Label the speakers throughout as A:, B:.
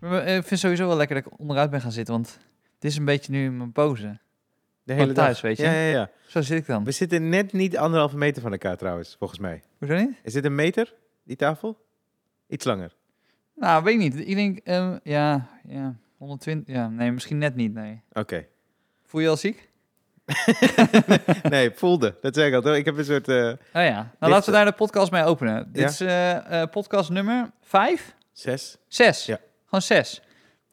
A: eh, ik vind sowieso wel lekker dat ik onderuit ben gaan zitten, want het is een beetje nu mijn pose.
B: De
A: Van thuis, weet je.
B: Ja, ja, ja.
A: Zo zit ik dan.
B: We zitten net niet anderhalve meter van elkaar trouwens, volgens mij.
A: Hoezo niet?
B: Is dit een meter, die tafel? Iets langer.
A: Nou, weet ik niet. Ik denk, ehm, ja, ja, 120, ja, nee, misschien net niet, nee.
B: Oké.
A: Voel je al ziek?
B: nee, voelde. Dat zeg ik al. toch? Ik heb een soort... eh,
A: Oh ja. Nou,
B: Dit- eh,
A: laten we daar de podcast mee openen.
B: Ja.
A: Dit is eh, eh, podcast nummer 5?
B: Zes.
A: 6.
B: Ja.
A: Gewoon 6.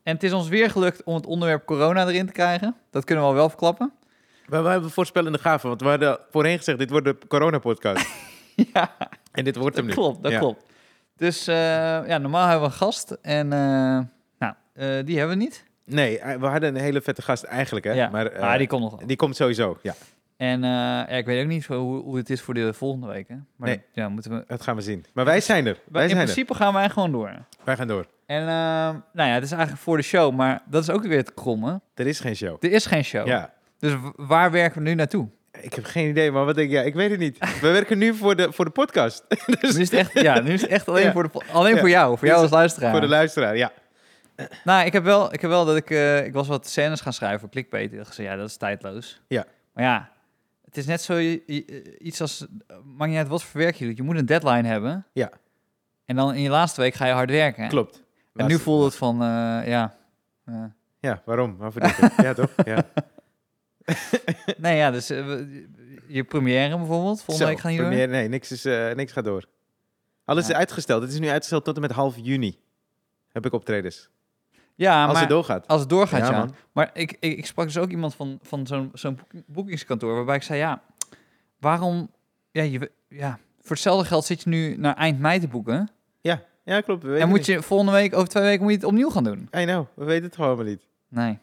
A: En het is ons weer gelukt om het onderwerp corona erin te krijgen. Dat kunnen we al wel verklappen.
B: Maar we hebben voorspellende gaven, want we hadden voorheen gezegd, dit wordt de coronapodcast.
A: ja,
B: en dit wordt hem nu.
A: klopt, dat
B: Ja.
A: klopt. Dus eh, ja, normaal hebben we een gast en eh, nou, eh, die hebben we niet.
B: Nee, eh, we hadden een hele vette gast eigenlijk, hè?
A: ja. Ah,
B: Maar, eh,
A: die komt nog wel.
B: die komt sowieso, ja.
A: En eh, ja, ik weet ook niet zo hoe, hoe het is voor de volgende week. Hè? Maar
B: Nee.
A: dat- ja, moeten we...
B: Dat gaan we zien. Maar wij zijn er. Wij
A: in
B: zijn
A: principe gaan wij gewoon door.
B: er. Wij gaan door.
A: En eh, nou ja, het is eigenlijk voor de show, maar dat is ook weer het kromme.
B: Er is geen show.
A: Er is geen show.
B: Ja.
A: Dus w- waar werken we nu naartoe?
B: Ik heb geen idee, maar wat denk jij? Ik weet het niet. We werken nu voor de, voor de podcast.
A: Nu is het echt, ja, nu is het echt alleen,
B: Dus Ja.
A: voor, de, po- alleen
B: Ja.
A: voor jou, voor
B: Dit
A: jou
B: is
A: als luisteraar.
B: Voor de luisteraar, ja.
A: Nou, ik heb wel, ik heb wel dat ik, eh, ik was wat scènes gaan schrijven voor clickbait. Ik dacht, ja, dat is tijdloos.
B: Ja.
A: Maar ja, het is net zo i- i- iets als, maakt niet uit wat voor werk je doet. Je moet een deadline hebben.
B: Ja.
A: En dan in je laatste week ga je hard werken.
B: Klopt.
A: En nu voelde het van, eh, ja. eh,
B: Ja, waarom? Waarvoor doe ik het? Ja, toch? Ja.
A: nee, ja, dus eh, we- je première bijvoorbeeld, volgende
B: Zo,
A: week gaan hier
B: premier- Nee, niks, is, eh, niks gaat door. Alles
A: Ja.
B: is uitgesteld. Het is nu uitgesteld tot en met half juni. Heb ik optredens.
A: Ja,
B: Als
A: Ah, maar
B: het doorgaat.
A: als het doorgaat, ja.
B: Ja, man.
A: Maar ik, ik, ik sprak dus ook iemand van, van zo'n zo'n boek- boekingskantoor, waarbij ik zei, ja, waarom, ja, je, ja, voor hetzelfde geld zit je nu naar eind mei te boeken.
B: Ja, klopt. We
A: en
B: weten
A: moet je volgende week, over twee weken, moet je het opnieuw gaan doen.
B: I know, we weten het gewoon maar niet.
A: Nee.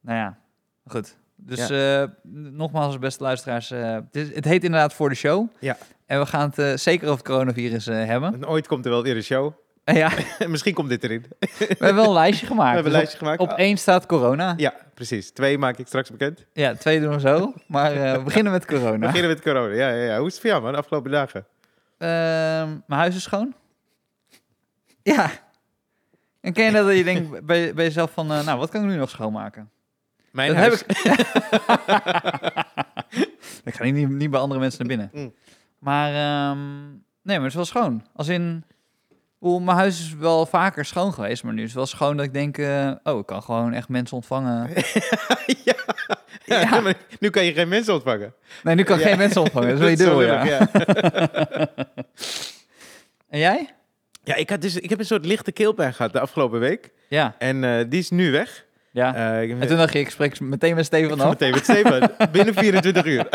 A: Nou ja, goed. Dus eh, n- nogmaals, beste luisteraars, eh, het, is- het heet inderdaad voor de show.
B: Ja.
A: En we gaan het eh, zeker over het coronavirus eh, hebben.
B: En ooit komt er wel weer een show.
A: En ja,
B: Misschien komt dit erin. We
A: we hebben wel een lijstje gemaakt.
B: hebben
A: Dus
B: een lijstje gemaakt.
A: Op, op één staat corona. Ja,
B: Ja, precies. Twee maak ik straks bekend. We
A: twee doen we zo. Maar eh, we beginnen met corona.
B: Beginnen met corona. Ja, ja, ja. Hoe is het voor jou, man, de afgelopen dagen?
A: Ehm, mijn huis is schoon. Ja. En ken je dat dat je denkt bij, bij jezelf van, eh, nou, wat kan ik nu nog schoonmaken?
B: Mijn
A: dat heb ik. ik ga niet, niet bij andere mensen naar binnen.
B: Mm.
A: Maar ehm, nee, maar het is wel schoon. Als in, hoe, mijn huis is wel vaker schoon geweest, maar nu is het wel schoon dat ik denk, eh, oh, ik kan gewoon echt mensen ontvangen.
B: Ja,
A: Ja.
B: maar nu kan je geen mensen ontvangen.
A: Nee, nu kan ik
B: Ja.
A: geen mensen ontvangen. Dat is wel je
B: zo
A: dubbel, ja.
B: lullig, ja.
A: En jij?
B: Ja, ik, had dus, ik heb een soort lichte keelpijn gehad de afgelopen week.
A: Ja.
B: En eh, die is nu weg.
A: ja.
B: Eh, ik-
A: Ah. en toen dacht je, ik spreek meteen met Steven
B: Ga
A: af.
B: meteen met Stefan. Binnen 24 uur.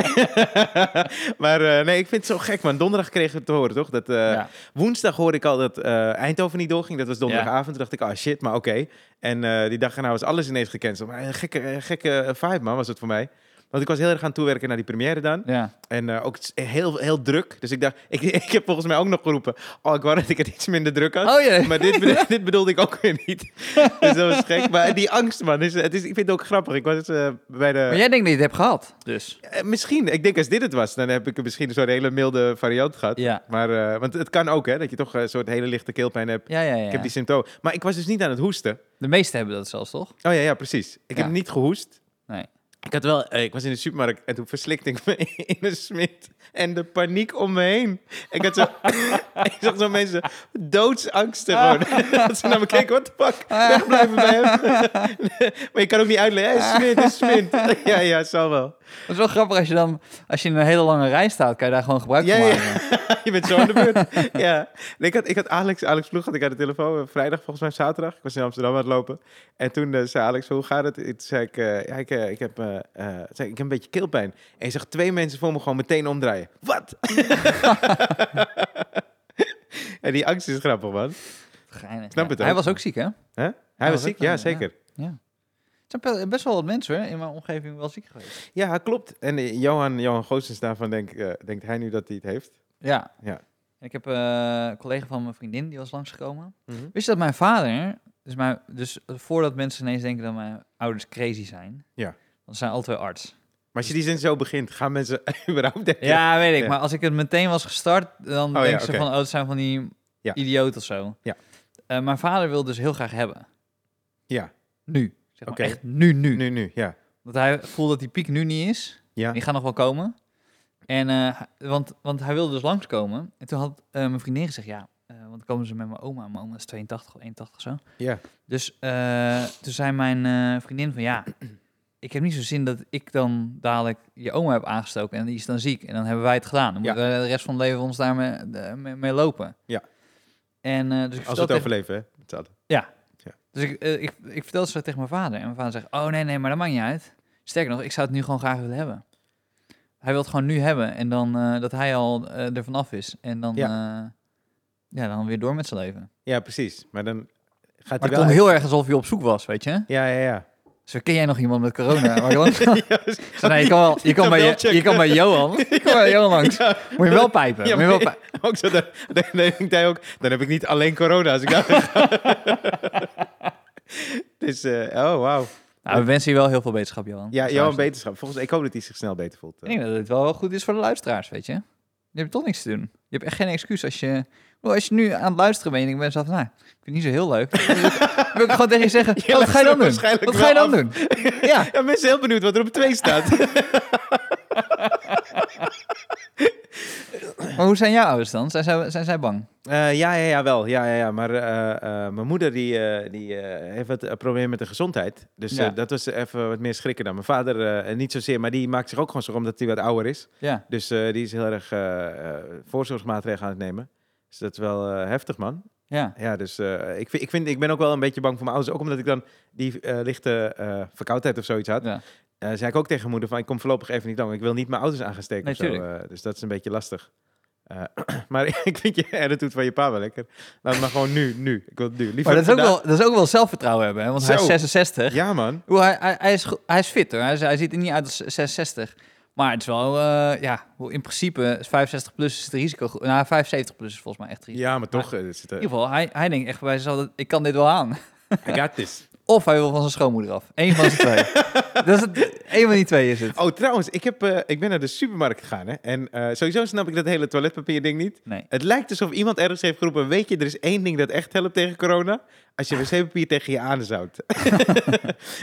B: maar eh, nee, ik vind het zo gek, man. Donderdag kregen we het te horen, toch? Dat, eh,
A: Ja.
B: Woensdag hoorde ik al dat eh, Eindhoven niet doorging. Dat was donderdagavond. Toen dacht ik, ah shit, maar oké. En eh, die dag daarna was alles ineens gecanceld. Maar een gekke, een gekke vibe, man, was het voor mij. Want ik was heel erg aan het toewerken naar die première dan.
A: Ja.
B: En eh, ook het is heel, heel druk. Dus ik dacht, ik, ik heb volgens mij ook nog geroepen... Oh, ik wou dat ik het iets minder druk had.
A: Oh ja.
B: Maar dit, bedo- dit bedoelde ik ook weer niet. dus dat was gek. Maar die angst, man. Is, het is, ik vind het ook grappig. Ik was eh, bij de...
A: Maar jij denkt dat je het hebt gehad, dus.
B: Eh, misschien. Ik denk als dit het was, dan heb ik misschien zo'n hele milde variant gehad.
A: Ja.
B: Maar, eh, want het kan ook, hè, dat je toch een soort hele lichte keelpijn hebt.
A: Ja, ja, ja.
B: Ik heb die symptomen. Maar ik was dus niet aan het hoesten.
A: De meesten hebben dat zelfs, toch?
B: Oh ja, ja, precies. Ik
A: Ja.
B: heb niet gehoest.
A: Nee.
B: Ik had wel, eh, ik was in de supermarkt en toen verslikte ik me in een smid. En de paniek om me heen. Ik had zo, ik zag zo mensen doodsangsten gewoon. dat ze naar me keken, what the fuck, wegblijven bij hem. maar je kan ook niet uitleggen, hey, smid, is smid. ja, ja, zal wel.
A: Dat is wel grappig als je dan, als je in een hele lange rij staat, kan je daar gewoon gebruik van
B: Ja, ja.
A: maken.
B: je bent zo aan de beurt. ja. Nee, ik, had, ik had Alex, Alex Vloeg had ik aan de telefoon. eh, Vrijdag, volgens mij zaterdag. Ik was in Amsterdam aan het lopen. En toen eh, zei Alex, hoe gaat het? Toen zei ik, eh, ja, ik, eh, ik, heb, eh, eh, zei ik, ik heb een beetje keelpijn. En je zag twee mensen voor me gewoon meteen omdraaien. Wat? en die angst is grappig, man.
A: Geinig,
B: Snap
A: ja.
B: het
A: Hij
B: ook.
A: was ook ziek, hè? Er
B: Hè? Hij
A: Ja,
B: was
A: dat
B: ziek?
A: kan,
B: Ja,
A: ja.
B: zeker.
A: zijn pe- best wel wat mensen hoor, in mijn omgeving wel ziek geweest.
B: Ja, klopt. En eh, Johan, Johan Goossens daarvan denk, ik, eh, denkt hij nu dat hij het heeft.
A: Ja.
B: Ja.
A: Ik heb eh, een collega van mijn vriendin, die was langsgekomen. Wist je dat mijn vader, dus, mijn, dus voordat mensen ineens denken dat mijn ouders crazy zijn,
B: Ja.
A: dan zijn altijd arts.
B: Maar als je die zin zo begint, gaan mensen überhaupt denken...
A: Ja, weet ik.
B: Ja.
A: Maar als ik het meteen was gestart, dan
B: ja,
A: denk ze
B: oké.
A: van, oh, het zijn van die
B: Ja.
A: idioot of zo.
B: Ja.
A: Eh, mijn vader wil dus heel graag hebben.
B: Ja,
A: Nu. Zeg maar
B: Oké.
A: Echt nu, nu,
B: nu, nu, ja.
A: Dat hij voelt dat die piek nu niet is.
B: Ja,
A: Die gaat nog wel komen. En, eh, want, want hij wilde dus langskomen. En toen had eh, mijn vriendin gezegd, ja, eh, want dan komen ze met mijn oma. Mijn oma is 82 of 81 zo.
B: ja.
A: Dus eh, toen zei mijn eh, vriendin van, ja, ik heb niet zo zin dat ik dan dadelijk je oma heb aangestoken. En die is dan ziek. En dan hebben wij het gedaan. Dan
B: Ja.
A: moeten we de rest van het leven ons daarmee eh, mee, mee lopen.
B: Ja.
A: En, eh, dus ik
B: Als we
A: vertel
B: het
A: tegen-
B: overleven, hè. Het zal-
A: dus ik, eh, ik, ik vertelde ze tegen mijn vader. En mijn vader zegt, oh nee, nee, maar dat maakt niet uit. Sterker nog, ik zou het nu gewoon graag willen hebben. Hij wil het gewoon nu hebben. En dan eh, dat hij al eh, er vanaf is. En dan, ja. ja, dan weer door met zijn leven.
B: Ja, precies. Maar dan gaat
A: Maar
B: hij
A: het
B: wel...
A: klonk heel erg alsof je op zoek was, weet je.
B: Ja, ja, ja.
A: Zo, ken jij nog iemand met corona? Maar dan,
B: Ja, dus-
A: nee, je kan, wel, je, kan bij, je, je kan bij Johan, je kan bij Johan langs.
B: Ja.
A: Moet je hem wel pijpen.
B: Ja,
A: moet je
B: maar
A: wel pij-
B: ook zo, dan, dan, denk ik daar ook, dan heb ik niet alleen corona als ik daar Dus, eh, oh, wauw.
A: Nou, we wensen je wel heel veel beterschap, Johan.
B: Ja,
A: Als
B: Johan,
A: luisteraar.
B: beterschap. Volgens ik hoop dat hij zich snel beter voelt. eh.
A: Ik denk dat het wel goed is voor de luisteraars, weet je. Je hebt toch niks te doen. Je hebt echt geen excuus als je... Wel, als je nu aan het luisteren bent en ik ben zelf van... Nou, ik vind het niet zo heel leuk. Dan wil ik gewoon tegen je zeggen...
B: Je
A: wat ga je dan doen?
B: legt er waarschijnlijk
A: Wat ga je dan
B: wel
A: doen? Ja,
B: Ja, mensen heel benieuwd wat er op twee staat.
A: maar hoe zijn jouw ouders dan? Zijn zij, zijn zij bang?
B: Eh, ja, ja, ja, wel. Ja, ja, ja. Maar eh, eh, mijn moeder die, eh, die eh, heeft wat eh, problemen met de gezondheid. Dus eh,
A: Ja.
B: dat was even wat meer schrikken dan mijn vader. eh, en niet zozeer, maar die maakt zich ook gewoon zorgen omdat hij wat ouder is.
A: Ja.
B: Dus eh, die is heel erg eh, eh, voorzorgsmaatregelen aan het nemen. Dus dat is wel eh, heftig, man.
A: Ja.
B: Ja, dus eh, ik, vind, ik, vind, ik ben ook wel een beetje bang voor mijn ouders. Ook omdat ik dan die eh, lichte eh, verkoudheid of zoiets had.
A: Ja.
B: Eh, zei ik ook tegen mijn moeder van, ik kom voorlopig even niet lang. Ik wil niet mijn ouders aangesteken
A: Nee,
B: of zo. eh, dus dat is een beetje lastig. Eh, maar ik vind je attitude van je pa wel lekker. Laat maar gewoon nu, nu. Ik wil het nu. Liever
A: Maar dat is, ook
B: vandaag.
A: wel, dat is ook wel zelfvertrouwen hebben, hè? Want hij is
B: Zo.
A: 66.
B: Ja, man.
A: Oeh, hij, hij, hij is, go- hij is fit, hoor. Hij, is- hij ziet er niet uit als 66. Maar het is wel... eh, ja, hoe- in principe is 65 plus is het risico... gro- Nou, 75 plus is volgens mij echt het risico.
B: Ja, maar toch. eh, er zit, eh,
A: In ieder geval, hij, hij denkt echt bij zichzelf... dat Ik kan dit wel aan.
B: I got this.
A: Of hij wil van zijn schoonmoeder af. Eén van zijn twee. dat is het, één van die twee is het.
B: Oh, trouwens, ik, heb, eh, ik ben naar de supermarkt gegaan. Hè, en eh, sowieso snap ik dat hele toiletpapier ding niet.
A: Nee.
B: Het lijkt alsof iemand ergens heeft geroepen... weet je, er is één ding dat echt helpt tegen corona... als je wc-papier tegen je anus houdt.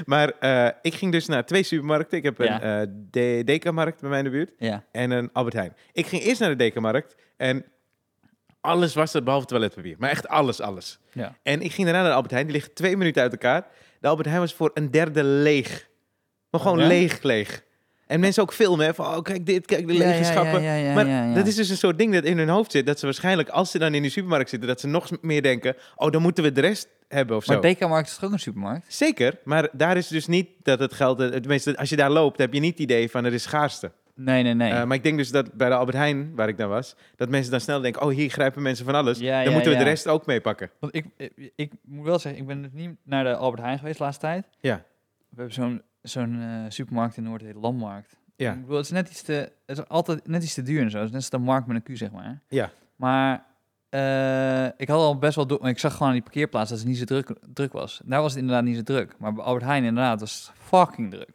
B: maar eh, ik ging dus naar twee supermarkten. Ik heb een
A: Ja.
B: eh de Dekamarkt bij mij in de buurt
A: Ja.
B: en een Albert Heijn. Ik ging eerst naar de Dekamarkt en alles was er behalve toiletpapier. Maar echt alles, alles.
A: Ja.
B: En ik ging daarna naar de Albert Heijn. Die ligt twee minuten uit elkaar. De Albert Heijn was voor een derde leeg. Maar gewoon
A: Ja?
B: leeg, leeg. En mensen ook filmen, hè, van oh, kijk dit, kijk de lege schappen.
A: Ja, ja, ja, ja,
B: Maar
A: ja, ja.
B: dat is dus een soort ding dat in hun hoofd zit. Dat ze waarschijnlijk, als ze dan in de supermarkt zitten, dat ze nog meer denken... oh, dan moeten we de rest hebben of zo.
A: Maar Dekamarkt is toch ook een supermarkt?
B: Zeker, maar daar is dus niet dat het geld... eh, Tenminste, als je daar loopt, heb je niet het idee van er is schaarste.
A: Nee, nee, nee.
B: Eh, maar ik denk dus dat bij de Albert Heijn, waar ik dan was... dat mensen dan snel denken, oh, hier grijpen mensen van alles.
A: Ja,
B: dan
A: ja,
B: moeten we
A: ja.
B: de rest ook meepakken.
A: Want ik, ik, ik moet wel zeggen, ik ben dus niet naar de Albert Heijn geweest de laatste tijd.
B: Ja.
A: We hebben zo'n zo'n eh, supermarkt in Noord, die heet Landmarkt.
B: Ja,
A: Ik bedoel, het is net iets te, het is altijd net iets te duur en zo. Het is net als de markt met een Q, zeg maar.
B: Ja.
A: Maar eh, ik had al best wel door, want ik zag gewoon aan die parkeerplaats dat het niet zo druk, druk was. Daar was het inderdaad niet zo druk. Maar bij Albert Heijn inderdaad was het fucking druk.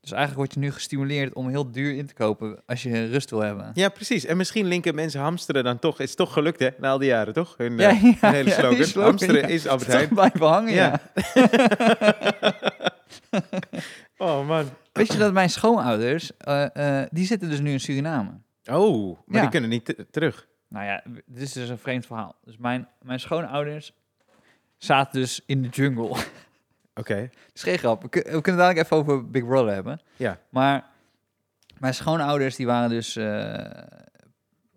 A: Dus eigenlijk word je nu gestimuleerd om heel duur in te kopen als je rust wil hebben.
B: ja precies. En misschien linken mensen hamsteren dan toch. Is toch gelukt, hè? Na al die jaren, toch? Hun,
A: Ja,
B: eh,
A: ja,
B: hun hele
A: ja, die
B: slogan.
A: slogan,
B: hamsteren
A: ja.
B: is Albert
A: Toch
B: Heijn.
A: blijven hangen, ja.
B: Ja. Oh, man.
A: Weet je dat mijn schoonouders, eh, eh, die zitten dus nu in Suriname.
B: Oh, maar
A: Ja.
B: die kunnen niet te- terug.
A: Nou ja, w- dit is dus een vreemd verhaal. Dus mijn, mijn schoonouders zaten dus in de jungle. Het
B: Oké.
A: is geen grap. We, kun- we kunnen het dadelijk even over Big Brother hebben.
B: Ja.
A: Maar mijn schoonouders die waren dus eh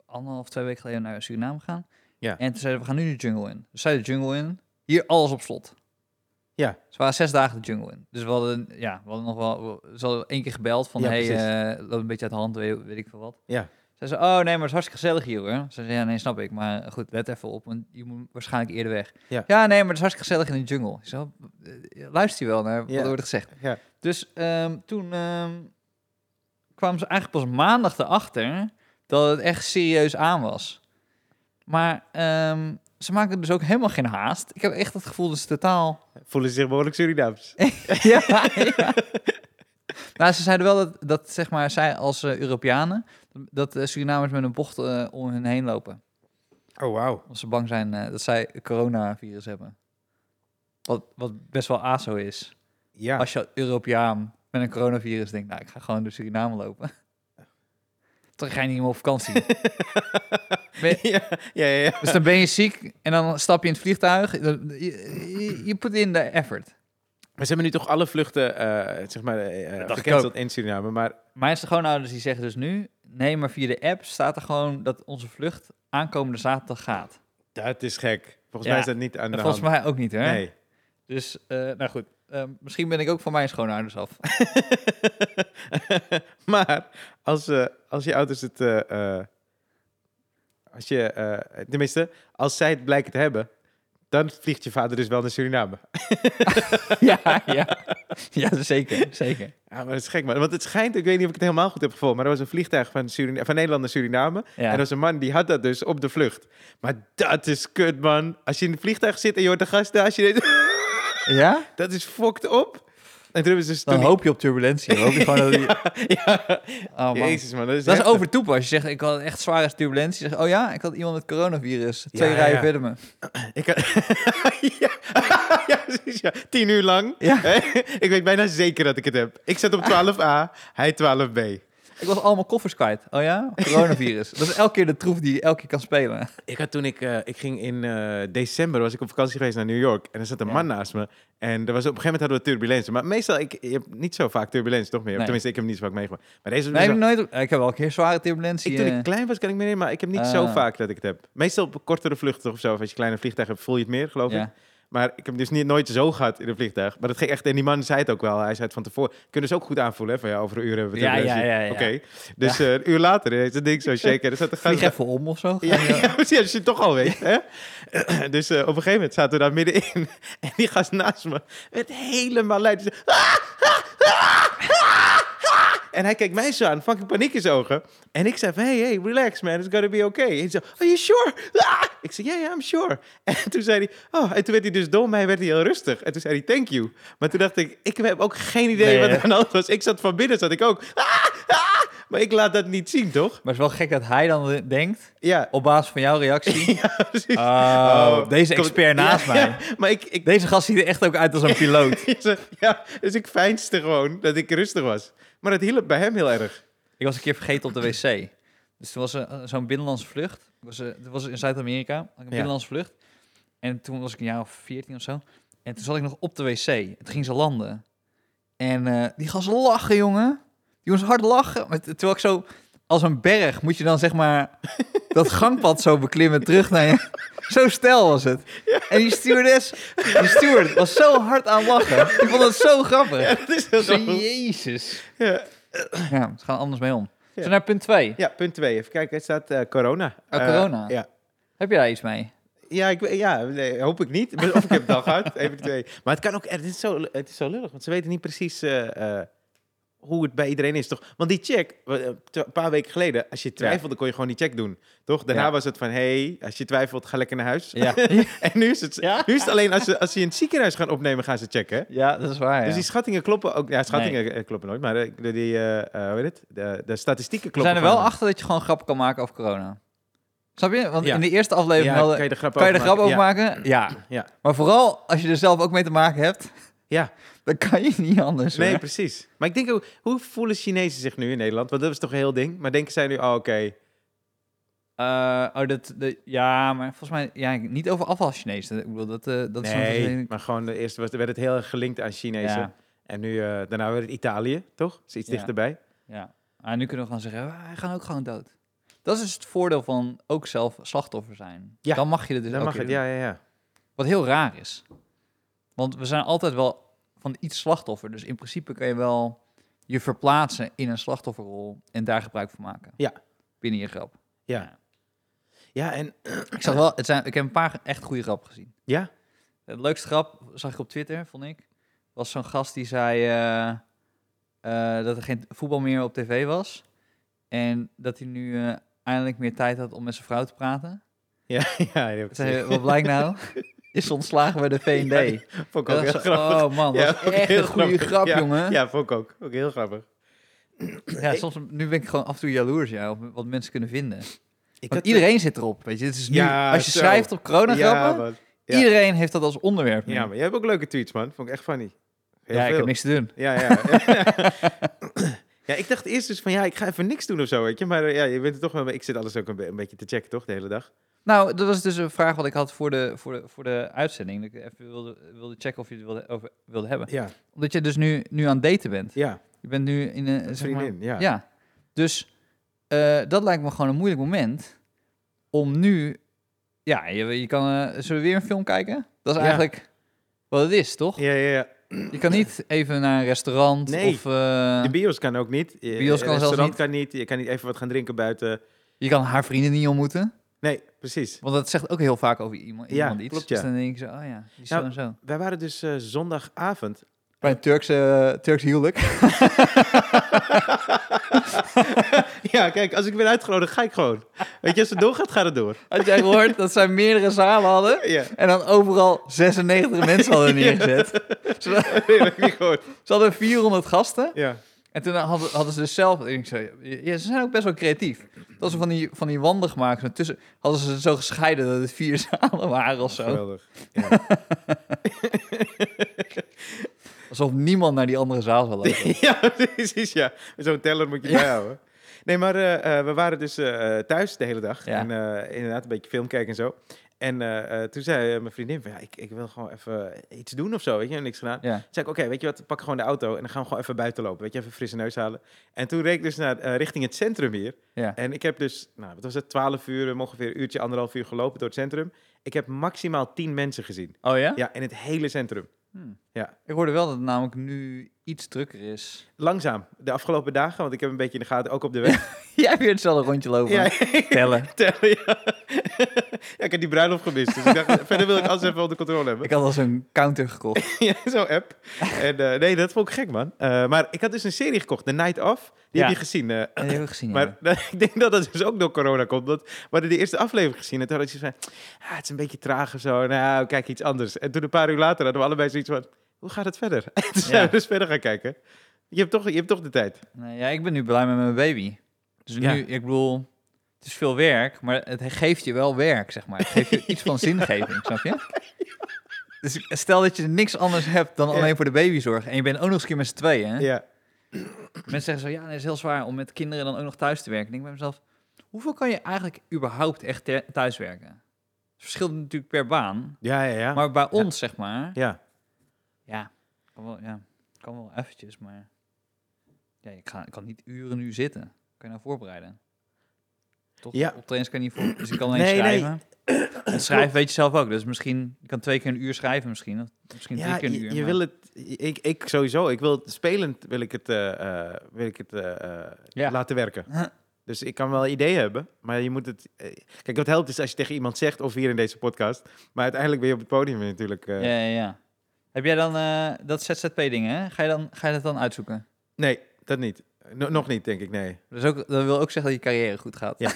A: anderhalf, twee weken geleden naar Suriname gegaan.
B: Ja.
A: En toen zeiden we, we gaan nu de jungle in. Dus zij de jungle in. Hier alles op slot.
B: Ja.
A: Ze waren zes dagen de jungle in. Dus we hadden, ja, we hadden nog wel... we- Ze hadden één keer gebeld van,
B: Ja,
A: hey,
B: precies.
A: eh, loopt een beetje uit de hand, weet, weet ik veel wat.
B: Ja.
A: Ze zei, oh nee, maar het is hartstikke gezellig hier hoor. Ze zei, ja nee, snap ik, maar goed, let even op, want je moet waarschijnlijk eerder weg.
B: Ja.
A: nee, maar het is hartstikke gezellig in de jungle. Ik zei, "Eh, luister je wel naar wat
B: Ja.
A: er wordt gezegd.
B: Ja.
A: Dus ehm, toen ehm, kwamen ze eigenlijk pas maandag erachter dat het echt serieus aan was. Maar ehm, ze maken dus ook helemaal geen haast. Ik heb echt het gevoel dat ze totaal
B: Voelen ze zich behoorlijk Surinaams.
A: ja, ja. Nou, ze zeiden wel dat, dat zeg maar, zij als eh, Europeanen, dat eh, Surinamers met een bocht eh, om hen heen lopen.
B: Oh, wauw.
A: Omdat ze bang zijn eh, dat zij coronavirus hebben. Wat, wat best wel ASO is.
B: Ja.
A: Als je als Europeaan met een coronavirus denkt, nou, ik ga gewoon door Suriname lopen. Toch ga je niet meer op vakantie.
B: ja, ja, ja, ja.
A: dus dan ben je ziek en dan stap je in het vliegtuig. Dan- Je, je, je put in de effort.
B: Maar ze hebben nu toch alle vluchten, eh zeg maar, eh, eh
A: dacht ik
B: gecanceld in Suriname. Maar
A: Mijn schoonouders die zeggen dus nu, nee, maar via de app staat er gewoon dat onze vlucht aankomende zaterdag gaat.
B: dat is gek. Volgens
A: Ja.
B: mij is dat niet aan de
A: Volgens
B: hand.
A: mij ook niet, hè?
B: Nou, Nee.
A: Dus, eh, nou goed, eh, misschien ben ik ook van mijn schoonouders af.
B: maar als, eh, als je ouders het. eh, eh, als je, eh, tenminste, als zij het blijken te hebben, dan vliegt je vader dus wel naar Suriname.
A: ja, ja. ja, zeker, zeker.
B: Ja, maar dat is gek, man. Want het schijnt, ik weet niet of ik het helemaal goed heb gevolgd, maar er was een vliegtuig van, Surina- van Nederland naar Suriname. En
A: Ja.
B: er was een man die had dat dus op de vlucht. Maar dat is kut, man. Als je in het vliegtuig zit en je hoort de gasten, als je dit-
A: ja?
B: dat is fokt op. En toen hebben ze dus
A: Dan
B: toen
A: hoop je op turbulentie. Hoop je gewoon dat die...
B: ja,
A: Oh, man.
B: Jezus, man. Dat is,
A: Dat is
B: heftig.
A: overtoepen als je zegt, ik had echt zware turbulentie. Zeg, oh ja, ik had iemand met coronavirus. Twee
B: Ja, ja,
A: rijen
B: ja.
A: verder me.
B: Ik had- ja, ja, precies, ja. tien uur lang.
A: Ja.
B: Hè? ik weet bijna zeker dat ik het heb. Ik zat op 12a, hij 12b.
A: Ik was allemaal koffers kwijt. Oh ja, coronavirus. dat is elke keer de troef die je elke keer kan spelen.
B: Ik had toen ik, eh, ik ging in eh, december, was ik op vakantie geweest naar New York. En er zat een
A: Ja.
B: man naast me. En er was, op een gegeven moment hadden we turbulentie. Maar meestal, ik, je hebt niet zo vaak turbulentie, toch meer?
A: Nee.
B: Tenminste, ik heb hem niet zo vaak meegemaakt. Maar deze was
A: Nee,
B: zo-
A: heb ik nooit... Ik heb wel een keer zware turbulentie.
B: ik, toen
A: eh,
B: ik klein was, kan ik me herinneren, maar ik heb niet zo
A: Ah.
B: vaak dat ik het heb. Meestal op kortere vluchten of zo, of als je kleine vliegtuig hebt, voel je het meer, geloof ik.
A: ja.
B: Maar ik heb dus niet, nooit zo gehad in een vliegtuig. Maar dat ging echt... En die man zei het ook wel. Hij zei het van tevoren. Kunnen ze ook goed aanvoelen, hè? Van ja, over een uur hebben we het.
A: Ja,
B: hebben we
A: ja,
B: het.
A: ja, ja.
B: Oké. Dus eh, een uur later is het ding zo shaken. Er zat een
A: Vlieg
B: gast...
A: even om of zo.
B: Ja, ja, precies. Als je het toch al weet, hè? Dus eh, op een gegeven moment zaten we daar middenin. En die gast naast me werd helemaal luid. Die zei, "Ah, ah, ah, ah, ah." En hij keek mij zo aan, fucking paniek in zijn ogen. En ik zei van, hey, hey, relax man, it's gonna be okay. En hij zei, are you sure? Ah! Ik zei, yeah, yeah, I'm sure. En toen zei hij, oh, en toen werd hij dus dom, hij werd hij heel rustig. En toen zei hij, thank you. Maar toen dacht ik, ik heb ook geen idee
A: Nee,
B: wat
A: hè?
B: er aan de hand was. Ik zat van binnen, zat ik ook, "Ah, ah." maar ik laat dat niet zien, toch?
A: Maar het is wel gek dat hij dan denkt,
B: Ja,
A: op basis van jouw reactie...
B: ja precies.
A: Oh,
B: Oh,
A: deze
B: kom-
A: expert naast
B: Ja,
A: mij.
B: ja, maar ik, ik,
A: Deze gast ziet er echt ook uit als een piloot.
B: ja, dus ik veinsde gewoon dat ik rustig was. Maar het hielp bij hem heel erg.
A: ik was een keer vergeten op de wc. Dus toen was er eh, zo'n binnenlandse vlucht. Ik was, eh, dat was in Zuid-Amerika, had ik een binnenlandse vlucht. En toen was ik een jaar of 14 of zo. En toen zat ik nog op de wc. En toen ging ze landen. En eh, die gasten lachen, jongen. Die jongens hard lachen. Maar t- terwijl ik zo als een berg moet je dan zeg maar dat gangpad zo beklimmen terug naar je. Zo stijl was het. En die stewardess, die steward was zo hard aan lachen. Ik vond het zo grappig.
B: Dat is heel
A: Ik zei,
B: grappig.
A: Jezus.
B: Ja.
A: Ja, ze gaan anders mee om.
B: Ja.
A: Zo naar punt 2.
B: Ja, punt 2. Even kijken, het staat eh, corona.
A: Oh,
B: Eh,
A: corona.
B: ja.
A: Heb je daar iets mee?
B: Ja, ik, weet- ja nee, hoop ik niet. Maar Of ik heb het al gehad. Even twee. Maar het kan ook. Het is, zo, het is zo lullig, want ze weten niet precies eh, eh, hoe het bij iedereen is, toch? Want die check, wa- eh, twa- een paar weken geleden, als je twijfelde, kon je gewoon die check doen, toch? Daarna
A: Ja.
B: was het van: hey, als je twijfelt, ga lekker naar huis.
A: Ja,
B: En nu is het,
A: Ja.
B: nu is het alleen als ze, als ze je in het ziekenhuis gaan opnemen, gaan ze checken. hè?
A: ja dat is waar. Ja.
B: Dus die schattingen kloppen ook. Ja, schattingen eh, kloppen nooit, maar eh, de, die, eh, eh, hoe heet het? De, de statistieken
A: We
B: kloppen.
A: zijn er wel
B: gewoon.
A: achter dat je gewoon grap kan maken over corona. Snap je? Want
B: Ja.
A: in de eerste aflevering
B: Ja,
A: hadden-
B: kan je de grap
A: kan je er
B: over
A: grap over
B: maken?
A: maken. Ja.
B: Ja.
A: Maar vooral als je er zelf ook mee te maken hebt,
B: Ja.
A: dan kan je niet anders.
B: Nee,
A: hoor.
B: precies. Maar ik denk ook, hoe voelen Chinezen zich nu in Nederland? Want dat is toch een heel ding. Maar denken zij nu, oh, oké.
A: Eh, oh, dat, dat- ja, maar volgens mij ja, niet over afval Chinees. Dat- Ik bedoel, dat, eh, dat is
B: Nee,
A: een-
B: maar gewoon de eerste was, werd het heel erg gelinkt aan Chinezen.
A: Ja,
B: En nu, eh, daarna werd het Italië, toch? Is iets
A: Ja.
B: dichterbij.
A: ja. Ah, nu kunnen we gewoon zeggen, ah, wij gaan ook gewoon dood. Dat is het voordeel van ook zelf slachtoffer zijn.
B: Ja.
A: Dan mag je het dus
B: Dan
A: ook
B: mag
A: weer
B: het,
A: doen.
B: ja, ja, ja.
A: Wat heel raar is. Want we zijn altijd wel van iets slachtoffer. Dus in principe kan je wel je verplaatsen in een slachtofferrol en daar gebruik van maken.
B: Ja.
A: Binnen je grap.
B: Ja, ja en
A: Ik, zag wel, het zijn, ik heb een paar echt goede grappen gezien.
B: ja.
A: Het Eh, leukste grap zag ik op Twitter, vond ik. Was zo'n gast die zei eh, eh, dat er geen voetbal meer op tv was. En dat hij nu eh, eindelijk meer tijd had om met zijn vrouw te praten.
B: Ja, ja, die heb ik
A: Ik zei,
B: gezien.
A: wat blijkt nou? Is ontslagen bij de V&D.
B: Ja, die Vond ik ook heel
A: Dat was-
B: grappig.
A: Oh man, dat
B: Ja,
A: was
B: ook
A: echt
B: heel
A: een goede
B: grappig.
A: grap, jongen. Ja,
B: Ja, vond ik ook. Ook heel grappig.
A: soms, nu ben ik gewoon af en toe jaloers ja, op wat mensen kunnen vinden.
B: Ik
A: Want iedereen zit erop, weet je. Het is nu,
B: Ja,
A: als je
B: zo.
A: schrijft op corona
B: Ja,
A: grappen,
B: man. Ja.
A: Iedereen heeft dat als onderwerp. nu.
B: Ja, maar jij hebt ook leuke tweets, man. Vond ik echt funny. Heel
A: ja ik
B: veel.
A: heb niks te doen.
B: Ja, ja. ja, ik dacht eerst dus van ja, ik ga even niks doen of zo, weet je. Maar eh, ja, je bent er toch wel mee. Ik zit alles ook een, be- een beetje te checken, toch, de hele dag?
A: Nou, dat was dus een vraag wat ik had voor de, voor de, voor de uitzending. Dat ik even wilde, wilde checken of je het wilde, over, wilde hebben.
B: Ja,
A: Omdat je dus nu, nu aan het daten bent.
B: ja.
A: Je bent nu in een...
B: Een
A: Eh, zeg maar-
B: vriendin, ja.
A: ja. Dus eh, dat lijkt me gewoon een moeilijk moment om nu... Ja, je, je kan... eh, zullen we weer een film kijken? Dat is
B: Ja.
A: eigenlijk wat het is, toch?
B: Ja, ja, ja.
A: Je kan niet even naar een restaurant
B: Nee.
A: of... eh,
B: De bios kan ook niet. De
A: bios kan zelfs
B: restaurant
A: niet.
B: kan niet. Je kan niet even wat gaan drinken buiten.
A: je kan haar vrienden niet ontmoeten.
B: Nee, precies.
A: Want dat zegt ook heel vaak over iemand,
B: Ja,
A: iemand iets.
B: klopt, ja.
A: Dus dan denk je zo, oh ja, die is
B: Nou,
A: zo en zo.
B: Wij waren dus eh, zondagavond.
A: Bij een Turkse, Turks huwelijk.
B: ja, kijk, als ik ben uitgenodigd, ga ik gewoon. Weet je, als het doorgaat, gaat het door.
A: Had jij gehoord dat zij meerdere zalen hadden?
B: Ja.
A: En dan overal 96 mensen hadden neergezet. Ze,
B: Nee, dat heb ik niet gehoord.
A: ze hadden 400 gasten.
B: Ja.
A: En toen hadden, hadden ze dus zelf... ik denk zo, ja, ze zijn ook best wel creatief. Dat ze van die, van die wanden gemaakt zijn. Tussen hadden ze zo gescheiden dat het vier zalen waren of zo.
B: Geweldig. Ja.
A: Alsof niemand naar die andere zaal zou lopen.
B: ja, precies, ja. Zo'n teller moet je bijhouden. Nee, maar eh, eh, we waren dus eh, eh, thuis de hele dag.
A: Ja.
B: En eh, inderdaad een beetje film kijken en zo. En eh, eh, toen zei eh, mijn vriendin van, ja, ik, ik wil gewoon even iets doen of zo, weet je. En niks gedaan.
A: Ja.
B: Toen zei ik, oké, weet je wat, pak gewoon de auto en dan gaan we gewoon even buiten lopen. Weet je, even frisse neus halen. En toen reed ik dus naar, eh, richting het centrum hier.
A: Ja.
B: En ik heb dus, nou, wat was het, 12 uur, eh, ongeveer een uurtje, anderhalf uur gelopen door het centrum. Ik heb maximaal 10 mensen gezien.
A: Oh ja?
B: Ja, in het hele centrum.
A: Hmm.
B: Ja.
A: Ik hoorde wel dat het namelijk nu iets drukker is.
B: Langzaam, de afgelopen dagen, want ik heb een beetje in de gaten, ook op de weg.
A: Jij hebt weer hetzelfde rondje lopen.
B: Ja,
A: Tellen.
B: tellen, ja. ja, ik heb die bruiloft gemist, dus ik dacht, verder wil ik alles even onder controle hebben.
A: Ik had al zo'n counter gekocht.
B: Ja, zo'n app. En, eh, nee, dat vond ik gek, man. Eh, maar ik had dus een serie gekocht, The Night Of.
A: Ja.
B: Die heb je gezien, eh,
A: En die heb ik gezien. ja.
B: Maar ik denk dat dat dus ook door corona komt. Want we hadden de eerste aflevering gezien. En toen had je van, ah, het is een beetje traag of zo. Nou, kijk iets anders. En toen een paar uur later hadden we allebei zoiets van, hoe gaat het verder? En toen zijn
A: Ja.
B: we dus verder gaan kijken. Je hebt toch, je hebt toch de tijd.
A: Nee, ja, ik ben nu blij met mijn baby. Dus
B: Ja.
A: nu, ik bedoel, het is veel werk, maar het geeft je wel werk, zeg maar. Het geeft je iets van zingeving, snap je? Dus stel dat je niks anders hebt dan
B: Ja.
A: alleen voor de babyzorg. En je bent ook nog eens een keer met z'n tweeën. Hè?
B: Ja.
A: Mensen zeggen zo, ja, het is heel zwaar om met kinderen dan ook nog thuis te werken. Ik denk bij mezelf, hoeveel kan je eigenlijk überhaupt echt te- thuis werken? Het verschilt natuurlijk per baan.
B: Ja, ja, ja.
A: Maar bij ons, zeg maar,
B: ja.
A: ja, kan wel, ja, kan wel eventjes, maar ja, ik, ga, ik kan niet uren nu zitten. Kan je nou voorbereiden? Toch?
B: Ja.
A: Op trainers kan je niet voor, dus ik kan alleen
B: Nee, nee.
A: schrijven. En schrijven weet je zelf ook, dus misschien je kan twee keer een uur schrijven misschien, of misschien
B: ja
A: drie keer een
B: je,
A: uur.
B: je
A: maar-
B: wil het, ik, ik sowieso, ik wil het spelend, wil ik het, eh, eh, wil ik het eh, eh,
A: Ja.
B: laten werken. Dus ik kan wel ideeën hebben, maar je moet het... eh, Kijk, wat helpt is als je tegen iemand zegt, of hier in deze podcast. Maar uiteindelijk ben je op het podium natuurlijk... eh,
A: ja, ja, ja. Heb jij dan eh, dat ZZP-ding, hè? Ga je, dan, ga je dat dan uitzoeken?
B: Nee, dat niet. No- nog niet, denk ik, nee.
A: Dus ook, dat wil ook zeggen dat je carrière goed gaat.
B: Ja.